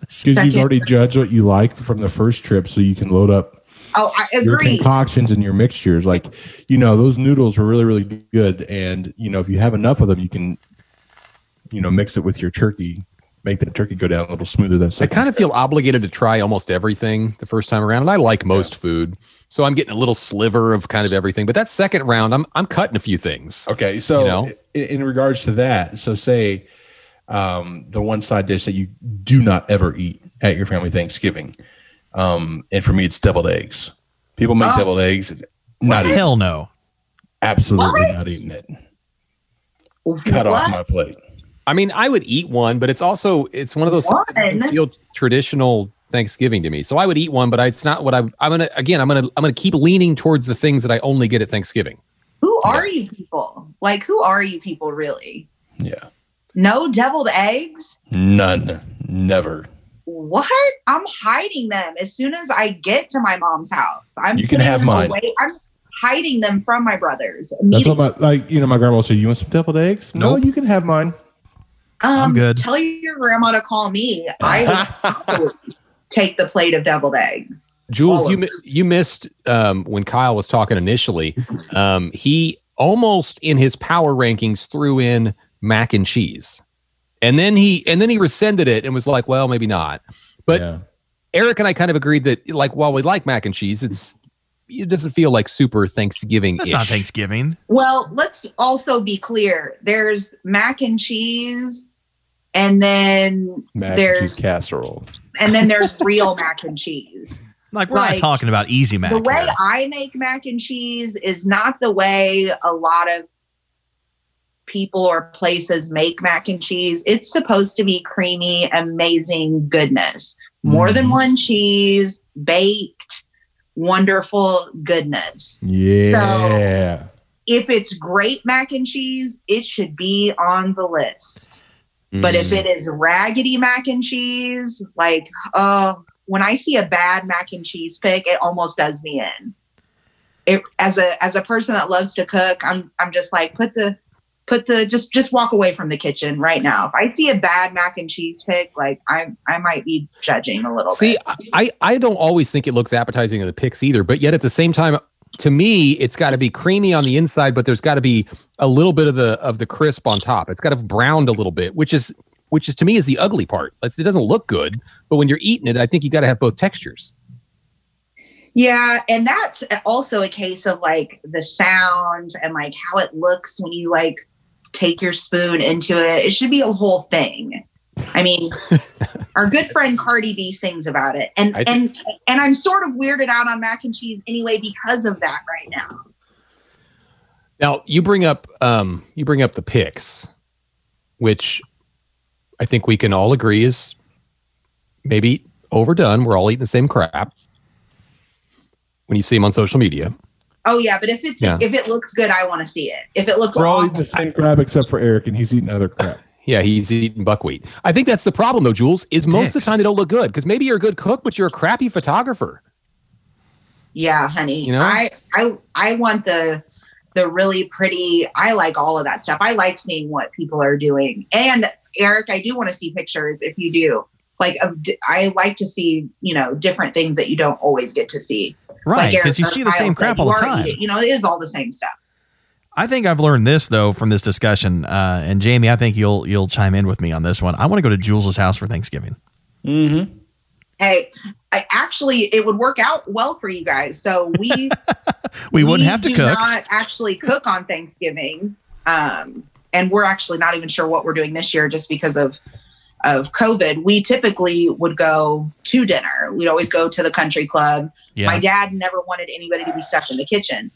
[SPEAKER 3] Because you've
[SPEAKER 4] Second.
[SPEAKER 3] already judged what you like from the first trip, so you can load up
[SPEAKER 4] oh, I
[SPEAKER 3] your
[SPEAKER 4] agree.
[SPEAKER 3] concoctions and your mixtures. Like, you know, those noodles were really, really good. And, you know, if you have enough of them, you can, you know, mix it with your turkey, make that turkey go down a little smoother that
[SPEAKER 5] I
[SPEAKER 3] second
[SPEAKER 5] kind of feel obligated to try almost everything the first time around, and I like most food, so I'm getting a little sliver of kind of everything. But that second round, I'm I'm cutting a few things.
[SPEAKER 3] Okay, so
[SPEAKER 5] You know?
[SPEAKER 3] in, in regards to that, so say um, the one side dish that you do not ever eat at your family Thanksgiving, um, and for me, it's deviled eggs. People make
[SPEAKER 4] Oh.
[SPEAKER 3] deviled eggs, not eating,
[SPEAKER 6] Hell no.
[SPEAKER 3] absolutely not eating it. Cut
[SPEAKER 4] What?
[SPEAKER 3] off my plate.
[SPEAKER 5] I mean, I would eat one, but it's also it's one of those things that doesn't
[SPEAKER 4] One?
[SPEAKER 5] feel Traditional Thanksgiving to me, so I would eat one, but it's not what I. I'm gonna again. I'm gonna I'm gonna keep leaning towards the things that I only get at Thanksgiving.
[SPEAKER 4] Who are you people? Like, who are you people really?
[SPEAKER 3] Yeah,
[SPEAKER 4] No deviled eggs.
[SPEAKER 3] none, never.
[SPEAKER 4] what? I'm hiding them as soon as I get to my mom's house. I'm
[SPEAKER 3] You can
[SPEAKER 4] putting
[SPEAKER 3] have
[SPEAKER 4] them
[SPEAKER 3] mine.
[SPEAKER 4] away. I'm hiding them from my brothers.
[SPEAKER 3] That's what
[SPEAKER 4] Immediately.
[SPEAKER 3] my like. You know, my grandma said, "You want some deviled eggs?
[SPEAKER 6] Nope.
[SPEAKER 3] No, you can have mine."
[SPEAKER 4] um,
[SPEAKER 6] I'm good.
[SPEAKER 4] Tell your grandma to call me. I would take the plate of deviled eggs.
[SPEAKER 5] Jules,
[SPEAKER 4] All of
[SPEAKER 5] you mi- you missed um, when Kyle was talking initially. Um, he almost in his power rankings threw in mac and cheese, and then he and then he rescinded it and was like, "Well, maybe not." But-
[SPEAKER 3] yeah.
[SPEAKER 5] Eric and I kind of agreed that, like, while we like mac and cheese, it's it doesn't feel like super Thanksgiving.
[SPEAKER 6] That's not Thanksgiving.
[SPEAKER 4] Well, let's also be clear. There's mac and cheese, and then
[SPEAKER 3] mac and
[SPEAKER 4] there's
[SPEAKER 3] cheese casserole.
[SPEAKER 4] and then there's real mac and cheese.
[SPEAKER 6] Like we're not
[SPEAKER 4] Like,
[SPEAKER 6] talking about easy mac.
[SPEAKER 4] the way
[SPEAKER 6] here.
[SPEAKER 4] I make mac and cheese is not the way a lot of people or places make mac and cheese. It's supposed to be creamy, amazing goodness. More than
[SPEAKER 3] Mhm.
[SPEAKER 4] one cheese, baked, wonderful goodness.
[SPEAKER 3] Yeah,
[SPEAKER 4] If it's great mac and cheese, it should be on the list. But
[SPEAKER 5] Mm.
[SPEAKER 4] if it is raggedy mac and cheese, like, oh, when I see a bad mac and cheese pick, it almost does me in. It as a as a person that loves to cook, I'm I'm just like put the put the just just walk away from the kitchen right now. If I see a bad mac and cheese pick, like I I might be judging a little
[SPEAKER 5] See,
[SPEAKER 4] bit.
[SPEAKER 5] I- I, I don't always think it looks appetizing in the pics either, but yet at the same time, to me, it's got to be creamy on the inside, but there's got to be a little bit of the of the crisp on top. It's got to have browned a little bit, which is which is to me is the ugly part. It's, it doesn't look good, but when you're eating it, I think you got to have both textures.
[SPEAKER 4] Yeah, and that's also a case of like the sound and like how it looks when you like take your spoon into it. It should be a whole thing. I mean, our good friend Cardi B sings about it, and
[SPEAKER 5] I-
[SPEAKER 4] and and I'm sort of weirded out on mac and cheese anyway because of that right now.
[SPEAKER 5] Now you bring up um, you bring up the picks, which I think we can all agree is maybe overdone. We're all eating the same crap when you see them on social media.
[SPEAKER 4] Oh yeah, but if it's
[SPEAKER 5] Yeah.
[SPEAKER 4] if it looks good, I want to see it. If it looks
[SPEAKER 3] We're all eating
[SPEAKER 4] awful-
[SPEAKER 3] the same crab except for Eric, and he's eating other crap.
[SPEAKER 5] Yeah, he's eating buckwheat. I think that's the problem though, Jules. Is most of the
[SPEAKER 6] Dicks.
[SPEAKER 5] time they don't look good because maybe you're a good cook, but you're a crappy photographer.
[SPEAKER 4] yeah, honey.
[SPEAKER 5] You know?
[SPEAKER 4] I I I want the the really pretty. I like all of that stuff. I like seeing what people are doing. And Eric, I do want to see pictures if you do. Like of di- I like to see, you know, different things that you don't always get to see.
[SPEAKER 6] Right,
[SPEAKER 4] Like Eric
[SPEAKER 6] because you see the same
[SPEAKER 4] Kyle said,
[SPEAKER 6] crap
[SPEAKER 4] you
[SPEAKER 6] all the
[SPEAKER 4] are
[SPEAKER 6] time.
[SPEAKER 4] eating- you know, it is all the same stuff.
[SPEAKER 6] I think I've learned this though from this discussion, uh, and Jamie, I think you'll you'll chime in with me on this one. I want to go to Jules's house for Thanksgiving.
[SPEAKER 7] Mm-hmm.
[SPEAKER 4] Hey, I actually it would work out well for you guys. So we
[SPEAKER 6] We wouldn't have to
[SPEAKER 4] do
[SPEAKER 6] cook.
[SPEAKER 4] Not actually cook on Thanksgiving, um, and we're actually not even sure what we're doing this year, just because of of COVID. We typically would go to dinner. We'd always go to the country club. My
[SPEAKER 6] yeah,
[SPEAKER 4] dad never wanted anybody to be stuck in the kitchen.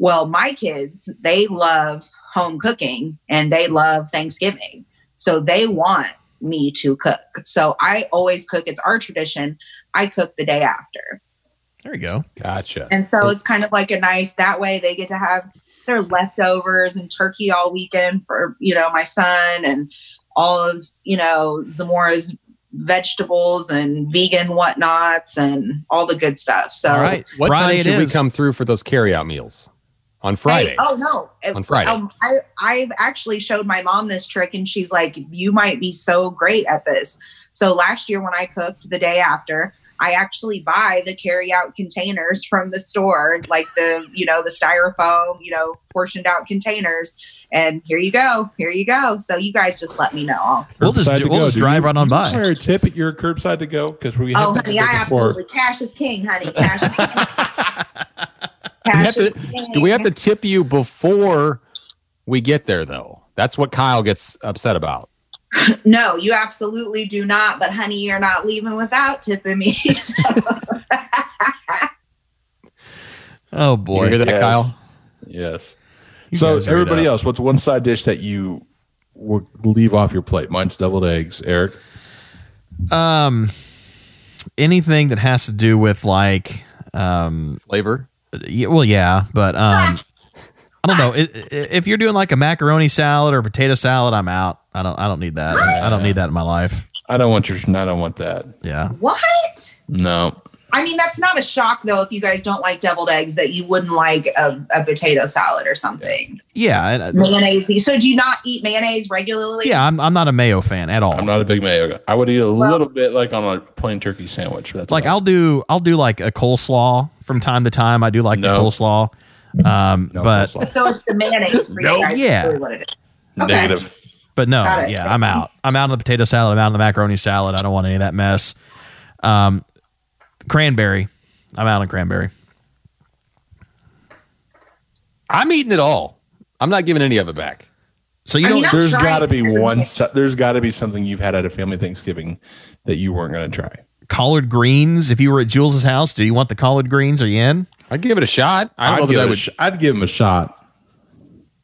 [SPEAKER 4] Well, my kids they love home cooking and they love Thanksgiving, so they want me to cook. So I always cook. It's our tradition. I cook the day after.
[SPEAKER 6] there you go.
[SPEAKER 5] Gotcha.
[SPEAKER 4] And so it's kind of like a nice that way they get to have their leftovers and turkey all weekend for, you know, my son and all of, you know, Zamora's vegetables and vegan whatnots and all the good stuff. So
[SPEAKER 6] All right,
[SPEAKER 5] what
[SPEAKER 6] Friday
[SPEAKER 5] time
[SPEAKER 6] it
[SPEAKER 5] should we
[SPEAKER 6] is.
[SPEAKER 5] come through for those carryout meals? On Friday.
[SPEAKER 4] Hey, oh no. It-
[SPEAKER 5] on Friday.
[SPEAKER 4] Um, I, I've actually showed my mom this trick, and she's like, "You might be so great at this." So last year, when I cooked the day after, I actually buy the carry-out containers from the store, like the you know the styrofoam, you know, portioned out containers. And here you go, here you go. So you guys just let me know.
[SPEAKER 6] We'll just
[SPEAKER 3] Curbside
[SPEAKER 6] do-
[SPEAKER 3] to
[SPEAKER 6] we'll
[SPEAKER 3] go.
[SPEAKER 6] just
[SPEAKER 3] Do
[SPEAKER 6] drive
[SPEAKER 3] you-
[SPEAKER 6] right on
[SPEAKER 3] do you
[SPEAKER 6] by.
[SPEAKER 3] Require a tip at your curbside to go because we.
[SPEAKER 4] Oh,
[SPEAKER 3] have
[SPEAKER 4] honey, I
[SPEAKER 3] that before.
[SPEAKER 4] absolutely cash is king, honey. Cash is king.
[SPEAKER 5] Do we
[SPEAKER 4] Cash
[SPEAKER 5] have to-
[SPEAKER 4] is king.
[SPEAKER 5] do we have to tip you before we get there though? That's what Kyle gets upset about.
[SPEAKER 4] No, you absolutely do not. But honey, you're not leaving without tipping me.
[SPEAKER 6] Oh
[SPEAKER 5] you hear
[SPEAKER 6] boy,
[SPEAKER 5] that,
[SPEAKER 7] Yes.
[SPEAKER 5] Kyle?
[SPEAKER 7] Yes.
[SPEAKER 3] So
[SPEAKER 6] guys are
[SPEAKER 3] everybody
[SPEAKER 6] it
[SPEAKER 3] else, what's one side dish that you would leave off your plate? Mine's deviled eggs, Eric.
[SPEAKER 6] um, anything that has to do with like, um,
[SPEAKER 5] Flavor.
[SPEAKER 6] yeah, well, yeah, but um, I don't know. I- I- If you're doing like a macaroni salad or potato salad, I'm out. I don't. I don't need that. I don't need that in my life.
[SPEAKER 3] I don't want your. I don't want that.
[SPEAKER 6] Yeah.
[SPEAKER 4] what?
[SPEAKER 3] No.
[SPEAKER 4] I mean, that's not a shock though. If you guys don't like deviled eggs, that you wouldn't like a, a potato salad or something.
[SPEAKER 6] Yeah. and- uh,
[SPEAKER 4] Mayonnaise. So do you not eat mayonnaise regularly?
[SPEAKER 6] yeah. I'm. I'm not a mayo fan at all.
[SPEAKER 3] I'm not a big mayo guy. I would eat a little bit like on a plain turkey sandwich. That's
[SPEAKER 6] like
[SPEAKER 3] all.
[SPEAKER 6] I'll do I'll do like a coleslaw from time to time. I do like
[SPEAKER 3] No.
[SPEAKER 6] the coleslaw, um,
[SPEAKER 3] No,
[SPEAKER 6] but
[SPEAKER 3] coleslaw.
[SPEAKER 4] So it's the mayonnaise for
[SPEAKER 3] Nope.
[SPEAKER 4] you guys. is
[SPEAKER 6] Yeah.
[SPEAKER 4] really what it is. Okay.
[SPEAKER 3] negative.
[SPEAKER 6] but no,
[SPEAKER 4] Got it.
[SPEAKER 6] yeah, I'm out. I'm out of the potato salad. I'm out of the macaroni salad. I don't want any of that mess. Um, cranberry, I'm out on cranberry.
[SPEAKER 5] I'm eating it all. I'm not giving any of it back.
[SPEAKER 6] So you
[SPEAKER 4] I
[SPEAKER 6] don't.
[SPEAKER 4] mean, I-
[SPEAKER 3] There's
[SPEAKER 4] trying.
[SPEAKER 3] got to be one. so- There's got to be something you've had at a family Thanksgiving that you weren't going to try.
[SPEAKER 6] collard greens. If you were at Jules' house, do you want the collard greens? Are you in?
[SPEAKER 5] I'd give it a shot. I
[SPEAKER 3] I'd
[SPEAKER 5] don't know
[SPEAKER 3] give,
[SPEAKER 5] that I
[SPEAKER 3] it a
[SPEAKER 5] would.
[SPEAKER 3] sh- I'd give him a shot.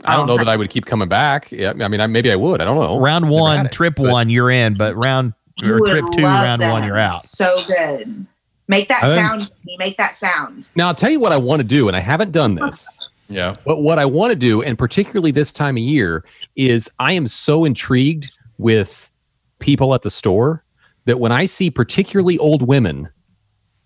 [SPEAKER 5] I don't know that I would keep coming back. Yeah, I mean, I, maybe I would. I don't know.
[SPEAKER 6] Round
[SPEAKER 5] Oh, Never had
[SPEAKER 6] one,
[SPEAKER 5] it,
[SPEAKER 6] trip
[SPEAKER 5] but-
[SPEAKER 6] one, you're in. But round or
[SPEAKER 4] You would
[SPEAKER 6] trip two,
[SPEAKER 4] love
[SPEAKER 6] round
[SPEAKER 4] them.
[SPEAKER 6] one, you're out.
[SPEAKER 4] So good. Make that
[SPEAKER 3] I think-
[SPEAKER 4] sound. Jamie. Make that sound.
[SPEAKER 5] Now I'll tell you what I want to do, and I haven't done this.
[SPEAKER 3] Yeah.
[SPEAKER 5] But what I want to do, and particularly this time of year, is I am so intrigued with people at the store that when I see particularly old women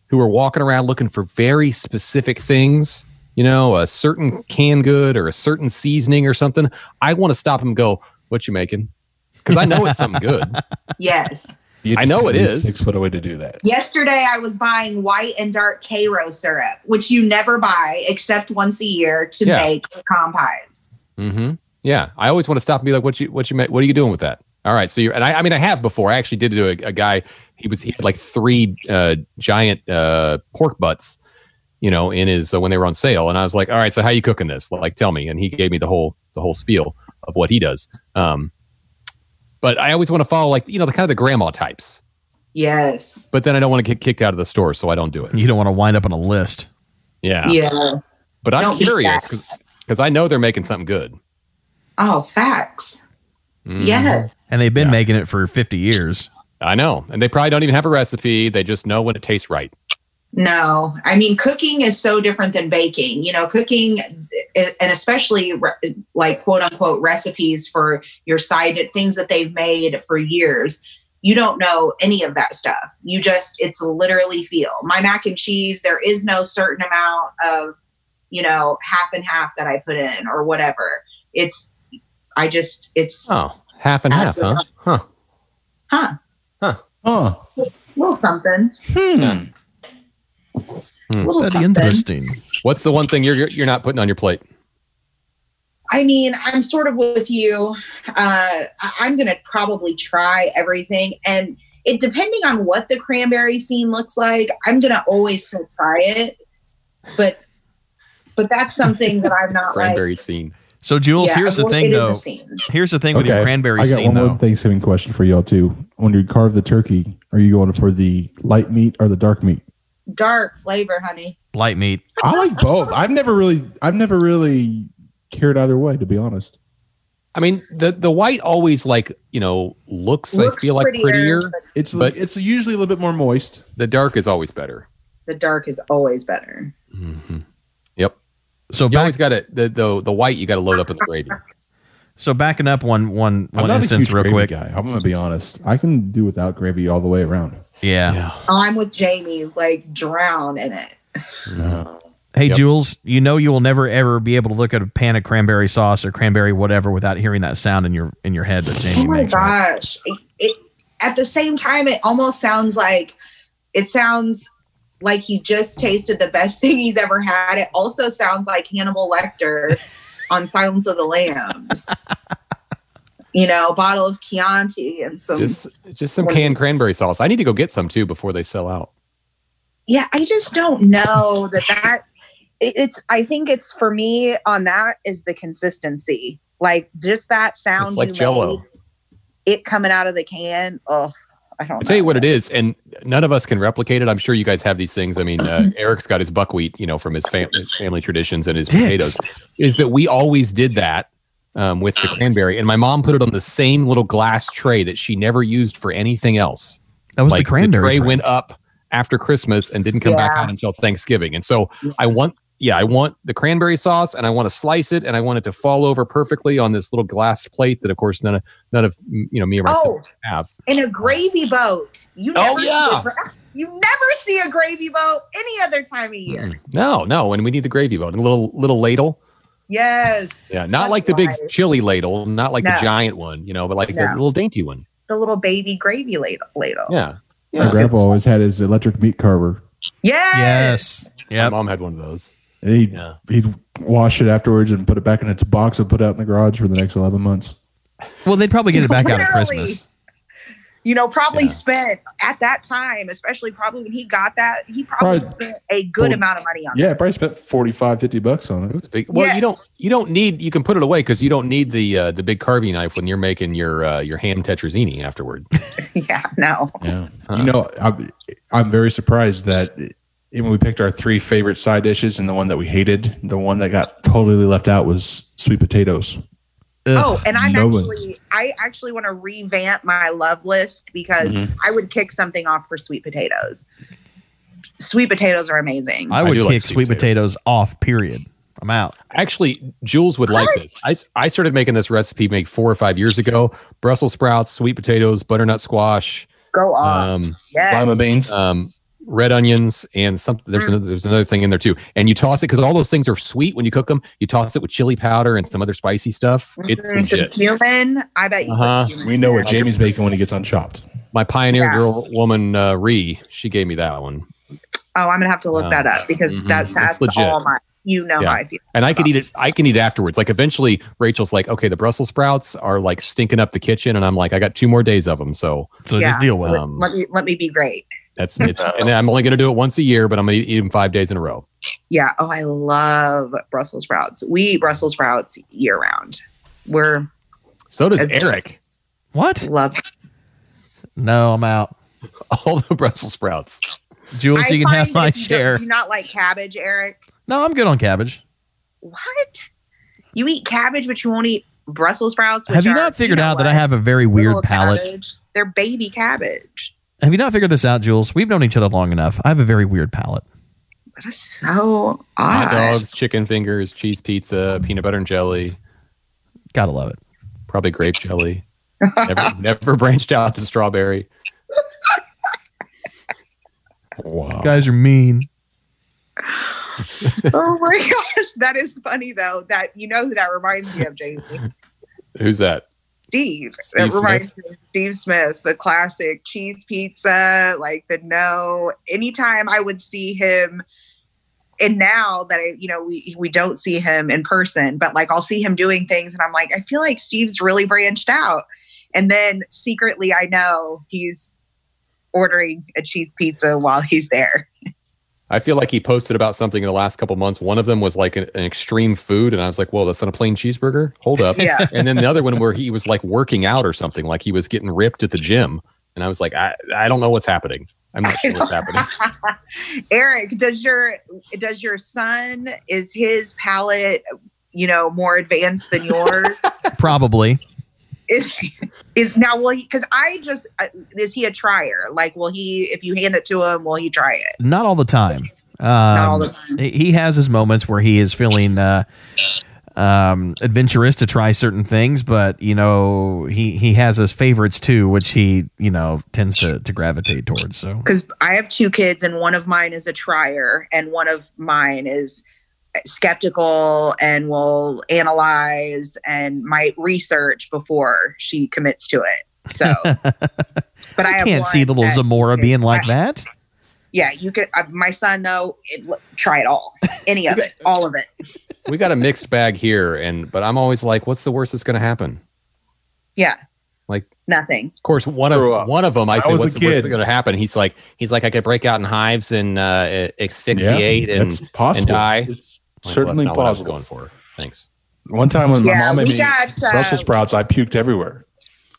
[SPEAKER 5] who are walking around looking for very specific things, you know, a certain canned good or a certain seasoning or something, I want to stop and go, "What you making?" Because I know it's something good.
[SPEAKER 4] Yes.
[SPEAKER 3] You'd
[SPEAKER 5] I know it
[SPEAKER 3] be
[SPEAKER 5] is.
[SPEAKER 3] Six foot away to do that.
[SPEAKER 4] Yesterday, I was buying white and dark Cairo syrup, which you never buy except once a year to
[SPEAKER 5] Yeah.
[SPEAKER 4] make pecan pies.
[SPEAKER 5] Mm-hmm. Yeah, I always want to stop and be like, "What you, what you, ma- what are you doing with that?" All right, so you're, and I, I mean, I have before. I actually did do a, a guy. He was he had like three uh, giant uh, pork butts, you know, in his uh, when they were on sale, and I was like, "All right, so how you cooking this? Like, tell me." And he gave me the whole the whole spiel of what he does. Um, but I always want to follow like you know the kind of the grandma types,
[SPEAKER 4] Yes.
[SPEAKER 5] but then I don't want to get kicked out of the store, so I don't do it.
[SPEAKER 6] You don't want to wind up on a list.
[SPEAKER 5] Yeah,
[SPEAKER 4] Yeah.
[SPEAKER 5] but I'm
[SPEAKER 4] Don't eat
[SPEAKER 5] curious because because I know they're making something good.
[SPEAKER 4] Oh, facts.
[SPEAKER 6] Mm-hmm.
[SPEAKER 5] Mhm.
[SPEAKER 4] Yes.
[SPEAKER 6] and they've been
[SPEAKER 5] Yeah.
[SPEAKER 6] making it for 50 years.
[SPEAKER 5] I know, and they probably don't even have a recipe. They just know when it tastes right.
[SPEAKER 4] No, I mean, cooking is so different than baking. You know, cooking, eh, and especially re- like quote unquote recipes for your side things that they've made for years. You don't know any of that stuff. You just, it's literally feel. My mac and cheese, there is no certain amount of, you know, half and half that I put in or whatever. It's, I just, it's,
[SPEAKER 5] Oh, half and half, huh? Huh.
[SPEAKER 4] huh,
[SPEAKER 3] Huh.
[SPEAKER 4] little something.
[SPEAKER 3] Hmm.
[SPEAKER 5] Hmm.
[SPEAKER 4] Little
[SPEAKER 6] That's
[SPEAKER 4] something.
[SPEAKER 6] interesting.
[SPEAKER 5] What's the one thing you're you're- you're not putting on your plate?
[SPEAKER 4] I mean, I'm sort of with you. Uh, I- I'm going to probably try everything, and it depending on what the cranberry scene looks like, I'm going to always still try it. But but that's something that I'm not like.
[SPEAKER 5] Cranberry scene.
[SPEAKER 6] So, Jules,
[SPEAKER 4] Yeah,
[SPEAKER 6] here's the
[SPEAKER 4] well,
[SPEAKER 6] thing,
[SPEAKER 4] it is
[SPEAKER 6] though.
[SPEAKER 4] a scene.
[SPEAKER 6] Here's the thing with your
[SPEAKER 3] Okay,
[SPEAKER 6] cranberry
[SPEAKER 3] I got
[SPEAKER 6] scene,
[SPEAKER 3] one more
[SPEAKER 6] though.
[SPEAKER 3] Thanksgiving question for y'all too. When you carve the turkey, are you going for the light meat or the dark meat?
[SPEAKER 4] Dark flavor, honey.
[SPEAKER 6] Light meat.
[SPEAKER 3] I like both. I've never really, I've never really cared either way, to be honest.
[SPEAKER 5] I mean, the the white always like you know looks. I
[SPEAKER 4] Looks
[SPEAKER 5] feel like prettier.
[SPEAKER 4] but
[SPEAKER 3] It's
[SPEAKER 5] But-
[SPEAKER 3] it's usually a little bit more moist.
[SPEAKER 5] The dark is always better. Mm-hmm.
[SPEAKER 4] The dark is always better.
[SPEAKER 6] So
[SPEAKER 5] You
[SPEAKER 6] back,
[SPEAKER 5] always got to the, the the white. You got to load up in the gravy.
[SPEAKER 6] so backing up one one
[SPEAKER 3] I'm
[SPEAKER 6] one
[SPEAKER 3] not a
[SPEAKER 6] instance
[SPEAKER 3] huge
[SPEAKER 6] real
[SPEAKER 3] gravy
[SPEAKER 6] quick.
[SPEAKER 3] guy. I'm gonna be honest. I can do without gravy all the way around.
[SPEAKER 6] Yeah.
[SPEAKER 4] I'm with Jamie. Like drown in it.
[SPEAKER 6] Uh-huh. Hey
[SPEAKER 5] Yep.
[SPEAKER 6] Jules, you know you will never ever be able to look at a pan of cranberry sauce or cranberry whatever without hearing that sound in your in your head that Jamie
[SPEAKER 4] Oh my
[SPEAKER 6] makes. right?
[SPEAKER 4] gosh. It, it, at the same time, it almost sounds like it sounds like he just tasted the best thing he's ever had. It also sounds like Hannibal Lecter on Silence of the Lambs. you know, a bottle of Chianti and some.
[SPEAKER 5] Just just some canned cranberry sauce. I need to go get some too before they sell out.
[SPEAKER 4] yeah, I just don't know that that. it- It's. I think it's for me on that is the consistency, like just that sound.
[SPEAKER 5] It's like
[SPEAKER 4] you
[SPEAKER 5] Jello.
[SPEAKER 4] made, It coming out of the can. Oh, I don't.
[SPEAKER 5] I tell you
[SPEAKER 4] know.
[SPEAKER 5] what it is, and none of us can replicate it. I'm sure you guys have these things. I mean, uh, Eric's got his buckwheat, you know, from his family, family traditions and his
[SPEAKER 6] Dicks.
[SPEAKER 5] potatoes. Is that we always did that um, with the cranberry, and my mom put it on the same little glass tray that she never used for anything else.
[SPEAKER 6] That was
[SPEAKER 5] like
[SPEAKER 6] the cranberry.
[SPEAKER 5] tray
[SPEAKER 6] tray.
[SPEAKER 5] went up after Christmas and didn't come back
[SPEAKER 4] Yeah.
[SPEAKER 5] out until Thanksgiving. And so I want, yeah, I want the cranberry sauce and I want to slice it and I want it to fall over perfectly on this little glass plate that, of course, none of none of mm, you know me or my
[SPEAKER 4] Oh.
[SPEAKER 5] siblings have.
[SPEAKER 4] in a gravy boat. You
[SPEAKER 5] Oh,
[SPEAKER 4] never
[SPEAKER 5] yeah.
[SPEAKER 4] see a gra- you never see a gravy boat any other time of year.
[SPEAKER 5] Mm-mm. No, no, and we need the gravy boat, a little little ladle.
[SPEAKER 4] Yes.
[SPEAKER 5] Yeah, not
[SPEAKER 4] Such
[SPEAKER 5] like the big
[SPEAKER 4] life.
[SPEAKER 5] chili ladle, not like the
[SPEAKER 4] No.
[SPEAKER 5] giant one, you know, but like the
[SPEAKER 4] No. Oh.
[SPEAKER 5] little dainty one.
[SPEAKER 4] the little baby gravy ladle. ladle.
[SPEAKER 5] Yeah,
[SPEAKER 3] My grandpa always had his electric meat carver.
[SPEAKER 4] Yes.
[SPEAKER 6] Yes.
[SPEAKER 5] my
[SPEAKER 6] Yep.
[SPEAKER 5] mom had one of those.
[SPEAKER 3] And he'd
[SPEAKER 5] Yeah.
[SPEAKER 3] he'd wash it afterwards and put it back in its box and put it out in the garage for the next eleven months.
[SPEAKER 6] Well, they'd probably get it back out of
[SPEAKER 4] Literally.
[SPEAKER 6] Christmas.
[SPEAKER 4] You know, probably
[SPEAKER 5] Yeah.
[SPEAKER 4] spent at that time, especially probably when he got that, he
[SPEAKER 3] Probably-
[SPEAKER 4] probably spent a good
[SPEAKER 3] Well,
[SPEAKER 4] amount of money on
[SPEAKER 3] Yeah, I probably spent 45, 50 bucks on
[SPEAKER 5] It
[SPEAKER 3] it.
[SPEAKER 5] was big. Well, you
[SPEAKER 4] Yes.
[SPEAKER 5] don't you don't need you can put it away because you don't need the uh, the big carving knife when you're making your uh, your ham tetrazzini afterward.
[SPEAKER 4] it. Yeah, no.
[SPEAKER 3] Yeah,
[SPEAKER 5] Huh.
[SPEAKER 3] you know, I'm, I'm very surprised that even we picked our three favorite side dishes, and the one that we hated, the one that got totally left out was sweet potatoes.
[SPEAKER 6] Ugh.
[SPEAKER 4] Oh, and I'm
[SPEAKER 3] no one.
[SPEAKER 4] actually, I actually want to revamp my love list because
[SPEAKER 5] Mm-hmm.
[SPEAKER 7] Mhm.
[SPEAKER 4] I would kick something off for sweet potatoes. Sweet potatoes are amazing.
[SPEAKER 6] I
[SPEAKER 5] I
[SPEAKER 6] would
[SPEAKER 5] do
[SPEAKER 6] kick
[SPEAKER 5] like sweet
[SPEAKER 6] sweet potatoes.
[SPEAKER 5] potatoes.
[SPEAKER 6] off. Period. I'm out.
[SPEAKER 5] Actually, Jules would like this. I, s- I started making this recipe maybe four or five years ago. Brussels sprouts, sweet potatoes, butternut squash,
[SPEAKER 4] Go on.
[SPEAKER 5] um,
[SPEAKER 4] yes.
[SPEAKER 3] Lima beans.
[SPEAKER 5] um, red onions, and some. There's
[SPEAKER 4] Mm.
[SPEAKER 5] another there's another thing in there too. And you toss it because all those things are sweet when you cook them. You toss it with chili powder and some other spicy stuff. It's
[SPEAKER 4] Mhm, some
[SPEAKER 5] legit.
[SPEAKER 4] cumin. I bet you. put
[SPEAKER 5] Uh-huh.
[SPEAKER 4] cumin
[SPEAKER 3] we
[SPEAKER 4] in
[SPEAKER 3] know
[SPEAKER 4] there.
[SPEAKER 3] what Jamie's making when he gets unchopped.
[SPEAKER 5] My pioneer
[SPEAKER 4] Yeah.
[SPEAKER 5] girl woman uh, Ree, she gave me that one.
[SPEAKER 4] Oh, I'm gonna have to look
[SPEAKER 5] Uh,
[SPEAKER 4] that up because
[SPEAKER 6] Mm-hmm.
[SPEAKER 5] mhm,
[SPEAKER 4] that's
[SPEAKER 5] it's
[SPEAKER 4] that's
[SPEAKER 5] legit.
[SPEAKER 4] all my. You know
[SPEAKER 5] Yeah.
[SPEAKER 4] how I feel.
[SPEAKER 5] And I could eat it. I can eat afterwards. Like eventually, Rachel's like, "Okay, the Brussels sprouts are like stinking up the kitchen," and I'm like, "I got two more days of them." So
[SPEAKER 6] So
[SPEAKER 4] Yeah.
[SPEAKER 6] just deal with it.
[SPEAKER 5] um,
[SPEAKER 4] Let me let me be great.
[SPEAKER 5] that's it's, and I'm only going to do it once a year, but I'm going to eat them five days in a row.
[SPEAKER 4] Yeah. Oh, I love Brussels sprouts. We eat Brussels sprouts year round. We're
[SPEAKER 5] So does
[SPEAKER 4] That's-
[SPEAKER 5] Eric.
[SPEAKER 6] What?
[SPEAKER 4] love.
[SPEAKER 6] No, I'm out.
[SPEAKER 5] All the Brussels sprouts.
[SPEAKER 6] Jules, you can
[SPEAKER 4] find
[SPEAKER 6] have
[SPEAKER 4] that
[SPEAKER 6] my
[SPEAKER 4] if you don't-
[SPEAKER 6] share.
[SPEAKER 4] Do you not like cabbage, Eric?
[SPEAKER 6] No, I'm good on cabbage.
[SPEAKER 4] What? You eat cabbage, but you won't eat Brussels sprouts. which
[SPEAKER 6] Have you
[SPEAKER 4] are
[SPEAKER 6] not figured
[SPEAKER 4] peanut
[SPEAKER 6] out that I
[SPEAKER 4] like
[SPEAKER 6] have a very weird
[SPEAKER 4] little
[SPEAKER 6] palate?
[SPEAKER 4] cabbage. They're baby cabbage.
[SPEAKER 6] Have you not figured this out, Jules? We've known each other long enough. I have a very weird palate.
[SPEAKER 4] That is so
[SPEAKER 5] Hot
[SPEAKER 4] odd.
[SPEAKER 5] dogs, chicken fingers, cheese pizza, peanut butter and jelly,
[SPEAKER 6] Gotta love it.
[SPEAKER 5] probably grape jelly. Never, never branched out to strawberry.
[SPEAKER 3] Wow.
[SPEAKER 6] Guys are mean.
[SPEAKER 4] oh my gosh, that is funny though. That you know who that reminds me of, Jamie.
[SPEAKER 5] Who's that?
[SPEAKER 4] Steve.
[SPEAKER 5] Steve
[SPEAKER 4] that reminds me of Steve Smith, the classic cheese pizza, like the no. Anytime I would see him, and now that I, you know, we we don't see him in person, but like I'll see him doing things, and I'm like, I feel like Steve's really branched out. And then secretly, I know he's ordering a cheese pizza while he's there.
[SPEAKER 5] I feel like he posted about something in the last couple months. One of them was like an, an extreme food, and I was like, "Whoa, that's not a plain cheeseburger." Hold up.
[SPEAKER 4] Yeah.
[SPEAKER 5] And then the other one where he was like working out or something, like he was getting ripped at the gym, and I was like, "I, I don't know what's happening. I'm not sure what's happening."
[SPEAKER 4] Eric, does your does your son is his palate, you know, more advanced than yours?
[SPEAKER 6] Probably.
[SPEAKER 4] is is now will he because i just uh, is he a trier like will he if you hand it to him will he try it
[SPEAKER 6] Not all the time. Um,
[SPEAKER 4] not all the time
[SPEAKER 6] he- he has his moments where he is feeling uh, um, adventurous to try certain things, but you know he he has his favorites too, which he you know tends to to gravitate towards. So
[SPEAKER 4] because i have two kids and one of mine is a trier and one of mine is skeptical and will analyze and might research before she commits to it so but i,
[SPEAKER 6] I
[SPEAKER 4] have
[SPEAKER 6] can't see
[SPEAKER 4] one
[SPEAKER 6] little
[SPEAKER 4] that-
[SPEAKER 6] Zamora being like that.
[SPEAKER 4] yeah you could uh, my son though it, try it all any of it all of it
[SPEAKER 5] we got a mixed bag here, and but I'm always like, "What's the worst that's going to happen?"
[SPEAKER 4] yeah
[SPEAKER 5] Like-
[SPEAKER 4] nothing
[SPEAKER 5] Of course, one
[SPEAKER 3] Grow
[SPEAKER 5] of
[SPEAKER 3] up.
[SPEAKER 5] one of them, I, say,
[SPEAKER 3] was a
[SPEAKER 5] "What's the worst
[SPEAKER 3] kid.
[SPEAKER 5] that's going to happen?" He's like, "He's like, I could break out in hives and uh, asphyxiate and."
[SPEAKER 3] That's possible.
[SPEAKER 5] die.
[SPEAKER 3] It's
[SPEAKER 5] Like, well, that's
[SPEAKER 3] certainly
[SPEAKER 5] not what I was
[SPEAKER 3] possible.
[SPEAKER 5] going for. Thanks.
[SPEAKER 3] One time when my
[SPEAKER 4] Yeah,
[SPEAKER 3] mom made
[SPEAKER 4] we
[SPEAKER 3] me
[SPEAKER 4] got, uh,
[SPEAKER 3] Brussels sprouts, I puked everywhere.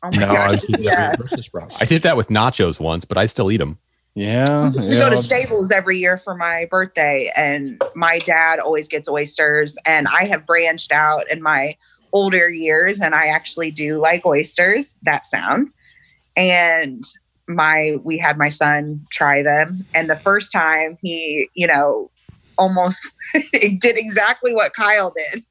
[SPEAKER 4] oh my
[SPEAKER 3] No,
[SPEAKER 4] gosh
[SPEAKER 3] I puked
[SPEAKER 4] yeah.
[SPEAKER 3] everywhere. Brussels sprouts.
[SPEAKER 5] I did that with nachos once, but I still eat them.
[SPEAKER 3] Yeah.
[SPEAKER 4] We
[SPEAKER 3] yeah.
[SPEAKER 4] go to Staples every year for my birthday, and my dad always gets oysters. And I have branched out in my older years, and I actually do like oysters. That sound. And my we had my son try them, and the first time he, you know, almost did exactly what Kyle did.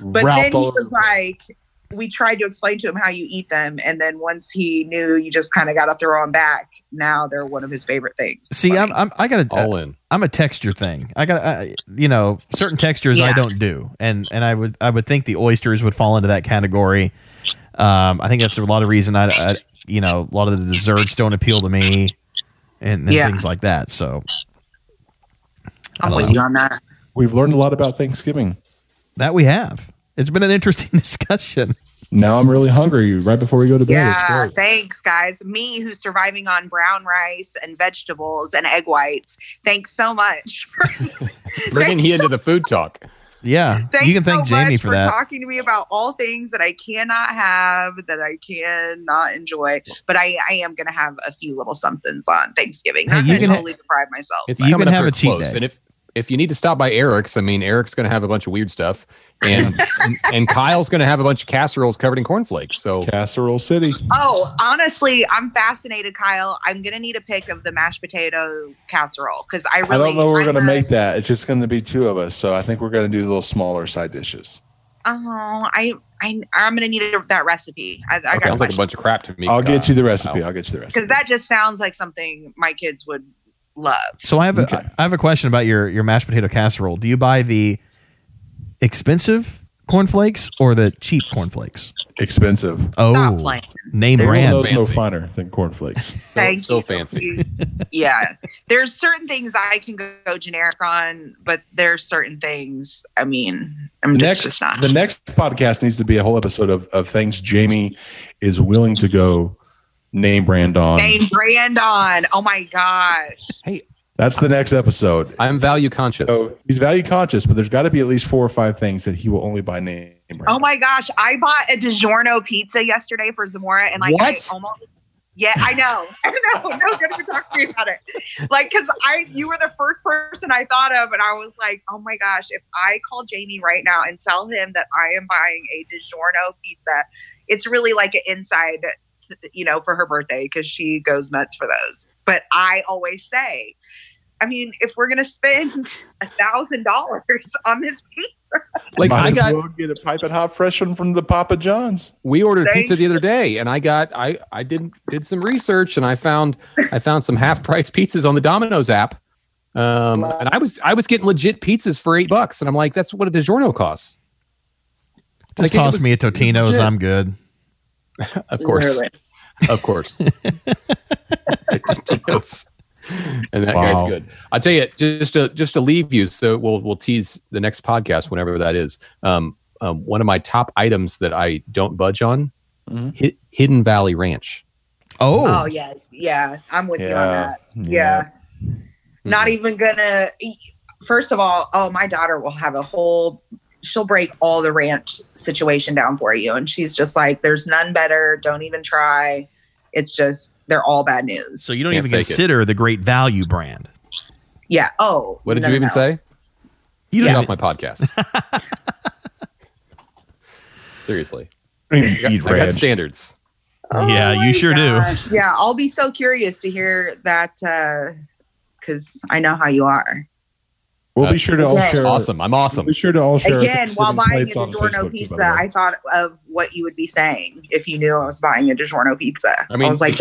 [SPEAKER 4] But then
[SPEAKER 3] Ralph
[SPEAKER 4] he
[SPEAKER 3] all
[SPEAKER 4] was like. We tried to explain to him how you eat them, and then once he knew, you just kind of got to throw them back. Now they're one of his favorite things.
[SPEAKER 6] See, I'm, I'm I gotta
[SPEAKER 5] All in.
[SPEAKER 6] I'm a texture thing. I got I, you know certain textures I
[SPEAKER 4] Yeah.
[SPEAKER 6] don't do, and and I would I would think the oysters would fall into that category. Um, I think that's a lot of reason I, I you know a lot of the desserts don't appeal to me, and, and
[SPEAKER 4] Yeah.
[SPEAKER 6] things like that. So
[SPEAKER 4] I'm with
[SPEAKER 6] Hello.
[SPEAKER 4] you on that.
[SPEAKER 3] We've learned a lot about Thanksgiving.
[SPEAKER 6] that we have. It's been an interesting discussion.
[SPEAKER 3] Now I'm really hungry right before we go to bed.
[SPEAKER 4] Yeah,
[SPEAKER 3] It's great.
[SPEAKER 4] thanks, guys. Me, who's surviving on brown rice and vegetables and egg whites. Thanks so much.
[SPEAKER 5] Bringing he into the food talk.
[SPEAKER 6] Yeah,
[SPEAKER 4] Thanks
[SPEAKER 6] you can thank
[SPEAKER 4] so
[SPEAKER 6] Jamie
[SPEAKER 4] much
[SPEAKER 6] for that.
[SPEAKER 4] talking to me about all things that I cannot have, that I cannot enjoy. But I, I am going to have a few little somethings on Thanksgiving.
[SPEAKER 6] Hey,
[SPEAKER 4] Not
[SPEAKER 6] you
[SPEAKER 4] going to
[SPEAKER 6] can ha-
[SPEAKER 4] totally deprive myself.
[SPEAKER 5] It's
[SPEAKER 6] You can
[SPEAKER 5] coming up
[SPEAKER 6] have
[SPEAKER 5] here
[SPEAKER 6] a cheat
[SPEAKER 5] close.
[SPEAKER 6] day.
[SPEAKER 5] And if if you need to stop by Eric's, I mean Eric's going to have a bunch of weird stuff, and and Kyle's going to have a bunch of casseroles covered in cornflakes. So
[SPEAKER 3] Casserole City.
[SPEAKER 4] Oh, honestly, I'm fascinated, Kyle. I'm going to need a pic of the mashed potato casserole because I really
[SPEAKER 3] I don't know where we're going to
[SPEAKER 4] I'm a-
[SPEAKER 3] make that. It's just going to be two of us. So I think we're going to do little smaller side dishes.
[SPEAKER 4] Oh, I, I, I'm gonna need a, that recipe. I, I
[SPEAKER 5] that
[SPEAKER 4] got
[SPEAKER 5] sounds like a bunch of crap to me.
[SPEAKER 3] I'll get
[SPEAKER 5] Kyle.
[SPEAKER 3] you the recipe. I'll get you the recipe.
[SPEAKER 4] because that just sounds like something my kids would love.
[SPEAKER 6] So I have a I
[SPEAKER 3] Okay.
[SPEAKER 6] have a question about your your mashed potato casserole. Do you buy the expensive cornflakes or the cheap cornflakes?
[SPEAKER 3] Expensive.
[SPEAKER 4] Stop
[SPEAKER 6] Oh,
[SPEAKER 4] playing.
[SPEAKER 6] name
[SPEAKER 4] They're all
[SPEAKER 6] brand.
[SPEAKER 3] Everyone knows no
[SPEAKER 5] Fancy.
[SPEAKER 3] finer than cornflakes.
[SPEAKER 5] So,
[SPEAKER 4] Thank
[SPEAKER 5] so
[SPEAKER 4] you.
[SPEAKER 5] fancy.
[SPEAKER 4] yeah, there's certain things I can go, go generic on, but there's certain things. I mean, I'm
[SPEAKER 3] The
[SPEAKER 4] just,
[SPEAKER 3] next,
[SPEAKER 4] just not.
[SPEAKER 3] the next podcast needs to be a whole episode of, of things Jamie is willing to go name brand on.
[SPEAKER 4] Name brand on. Oh my gosh.
[SPEAKER 3] That's the next episode.
[SPEAKER 5] I'm value conscious.
[SPEAKER 3] So he's value conscious, but there's got to be at least four or five things that he will only buy name brand.
[SPEAKER 4] Oh my gosh. I bought a DiGiorno pizza yesterday for Zamora and like
[SPEAKER 5] What?
[SPEAKER 4] I almost Yeah, I know. I know. No, don't even talk to me about it. Like, because I, you were the first person I thought of, and I was like, oh my gosh, if I call Jamie right now and tell him that I am buying a DiGiorno pizza, it's really like an inside, you know, for her birthday because she goes nuts for those. But I always say, I mean, if we're gonna spend a thousand dollars on this pizza,
[SPEAKER 5] Like
[SPEAKER 3] Might
[SPEAKER 5] I
[SPEAKER 3] as
[SPEAKER 5] got
[SPEAKER 3] well get a piping hot fresh one from the Papa John's.
[SPEAKER 5] we ordered
[SPEAKER 4] Thank
[SPEAKER 5] pizza the other day and I got I I did did some research and I found I found some half price pizzas on the Domino's app. Um, and I was I was getting legit pizzas for eight bucks and I'm like that's what a DiGiorno costs.
[SPEAKER 6] Just
[SPEAKER 5] Like, it
[SPEAKER 6] toss
[SPEAKER 5] was-
[SPEAKER 6] me a
[SPEAKER 5] it was
[SPEAKER 6] Totino's.
[SPEAKER 5] legit.
[SPEAKER 6] I'm good.
[SPEAKER 5] Of course. Of course. and that
[SPEAKER 3] Wow.
[SPEAKER 5] guy's good. I tell you, just to just to leave you, so we'll we'll tease the next podcast whenever that is. Um, um, one of my top items that I don't budge on,
[SPEAKER 7] Mhm.
[SPEAKER 5] Hi- Hidden Valley Ranch.
[SPEAKER 4] oh yeah, yeah, I'm with you on
[SPEAKER 7] Yeah.
[SPEAKER 4] that. yeah.
[SPEAKER 5] Mm-hmm.
[SPEAKER 4] Not even gonna. First of all, oh, my daughter will have a whole. She'll break all the ranch situation down for you, and she's just like, "There's none better. Don't even try." It's just they're all bad news.
[SPEAKER 6] So you don't
[SPEAKER 5] Can't
[SPEAKER 6] even
[SPEAKER 5] fake it.
[SPEAKER 6] consider the great value brand.
[SPEAKER 4] Yeah. Oh,
[SPEAKER 5] What did
[SPEAKER 4] no,
[SPEAKER 5] you
[SPEAKER 4] no,
[SPEAKER 5] even
[SPEAKER 4] no.
[SPEAKER 5] say?
[SPEAKER 6] You
[SPEAKER 5] Get off
[SPEAKER 6] don't.
[SPEAKER 5] my podcast. Seriously,
[SPEAKER 3] Eat
[SPEAKER 5] I got
[SPEAKER 3] ranch.
[SPEAKER 5] standards.
[SPEAKER 6] Yeah,
[SPEAKER 4] Oh my
[SPEAKER 6] you sure do.
[SPEAKER 4] gosh. Yeah, I'll be so curious to hear that because I know how you are.
[SPEAKER 3] We'll be sure to all
[SPEAKER 4] Okay.
[SPEAKER 3] share.
[SPEAKER 5] Awesome. I'm
[SPEAKER 3] We'll
[SPEAKER 5] awesome.
[SPEAKER 3] be sure to all share. our
[SPEAKER 4] Again,
[SPEAKER 3] pictures
[SPEAKER 4] while
[SPEAKER 3] and
[SPEAKER 4] buying a
[SPEAKER 3] plates on Facebook,
[SPEAKER 4] DiGiorno
[SPEAKER 3] too, by the
[SPEAKER 4] pizza,
[SPEAKER 3] way.
[SPEAKER 4] I thought of what you would be saying if you knew I was buying a DiGiorno pizza.
[SPEAKER 5] I mean,
[SPEAKER 4] I was like,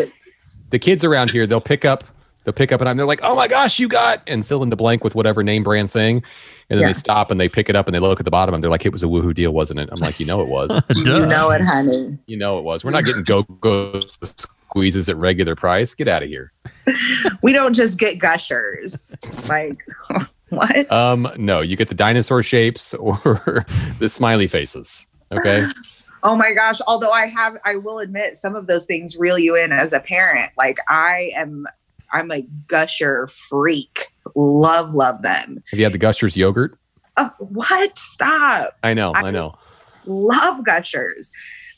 [SPEAKER 5] the kids around here they'll pick up they'll pick up and I'm they're like, oh my gosh, you got and fill in the blank with whatever name brand thing. And then
[SPEAKER 4] Yeah.
[SPEAKER 5] they stop and they pick it up and they look at the bottom and they're like, it was a woohoo deal, wasn't it? I'm like, you know it was.
[SPEAKER 4] "You
[SPEAKER 6] Duh.
[SPEAKER 4] know it, honey."
[SPEAKER 5] you know it was. We're not getting go go squeezes at regular price. Get out of here.
[SPEAKER 4] we don't just get gushers. Like what?
[SPEAKER 3] Uh,
[SPEAKER 5] Um, no, you get the dinosaur shapes or the smiley faces. Okay.
[SPEAKER 4] oh my gosh! Although I have, I will admit, some of those things reel you in as a parent. Like I am, I'm a gusher freak. Love, love them.
[SPEAKER 5] Have you had the Gushers yogurt?
[SPEAKER 4] Oh, what? Stop!
[SPEAKER 5] I know, I know.
[SPEAKER 4] Love gushers.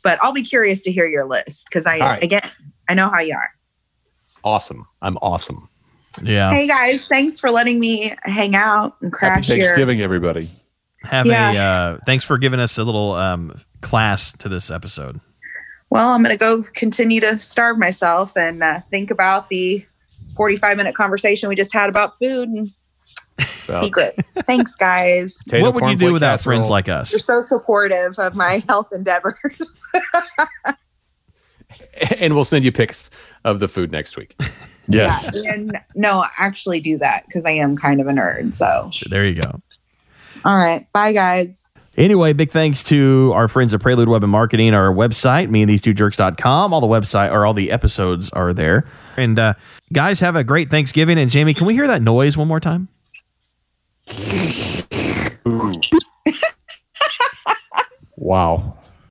[SPEAKER 4] But I'll be curious to hear your list because I
[SPEAKER 5] All right.
[SPEAKER 4] again, I know how you are.
[SPEAKER 5] Awesome. I'm awesome.
[SPEAKER 6] Yeah.
[SPEAKER 4] Hey guys, thanks for letting me hang out and
[SPEAKER 3] Happy
[SPEAKER 4] crash here.
[SPEAKER 3] Thanksgiving, everybody.
[SPEAKER 6] Have
[SPEAKER 4] Yeah.
[SPEAKER 6] a. Uh, thanks for giving us a little um, class to this episode.
[SPEAKER 4] Well, I'm gonna go continue to starve myself and uh, think about the 45 minute conversation we just had about food and
[SPEAKER 5] So,
[SPEAKER 4] secret. Thanks, guys.
[SPEAKER 5] potato
[SPEAKER 6] what would you do
[SPEAKER 5] cornflake
[SPEAKER 6] without
[SPEAKER 5] casserole.
[SPEAKER 6] friends like
[SPEAKER 4] You're
[SPEAKER 6] us?
[SPEAKER 4] so supportive of my health endeavors.
[SPEAKER 5] And we'll send you pics of the food next week.
[SPEAKER 3] Yes.
[SPEAKER 4] Yeah, and no, actually do that because I am kind of a nerd. So,
[SPEAKER 6] There you go.
[SPEAKER 4] all right. Bye, guys.
[SPEAKER 6] Anyway, big thanks to our friends at Prelude Web and Marketing, our website, me and these two jerks.com. All the website or all the episodes are there. And uh, guys, have a great Thanksgiving. And Jamie, can we hear that noise one more time?
[SPEAKER 3] Wow.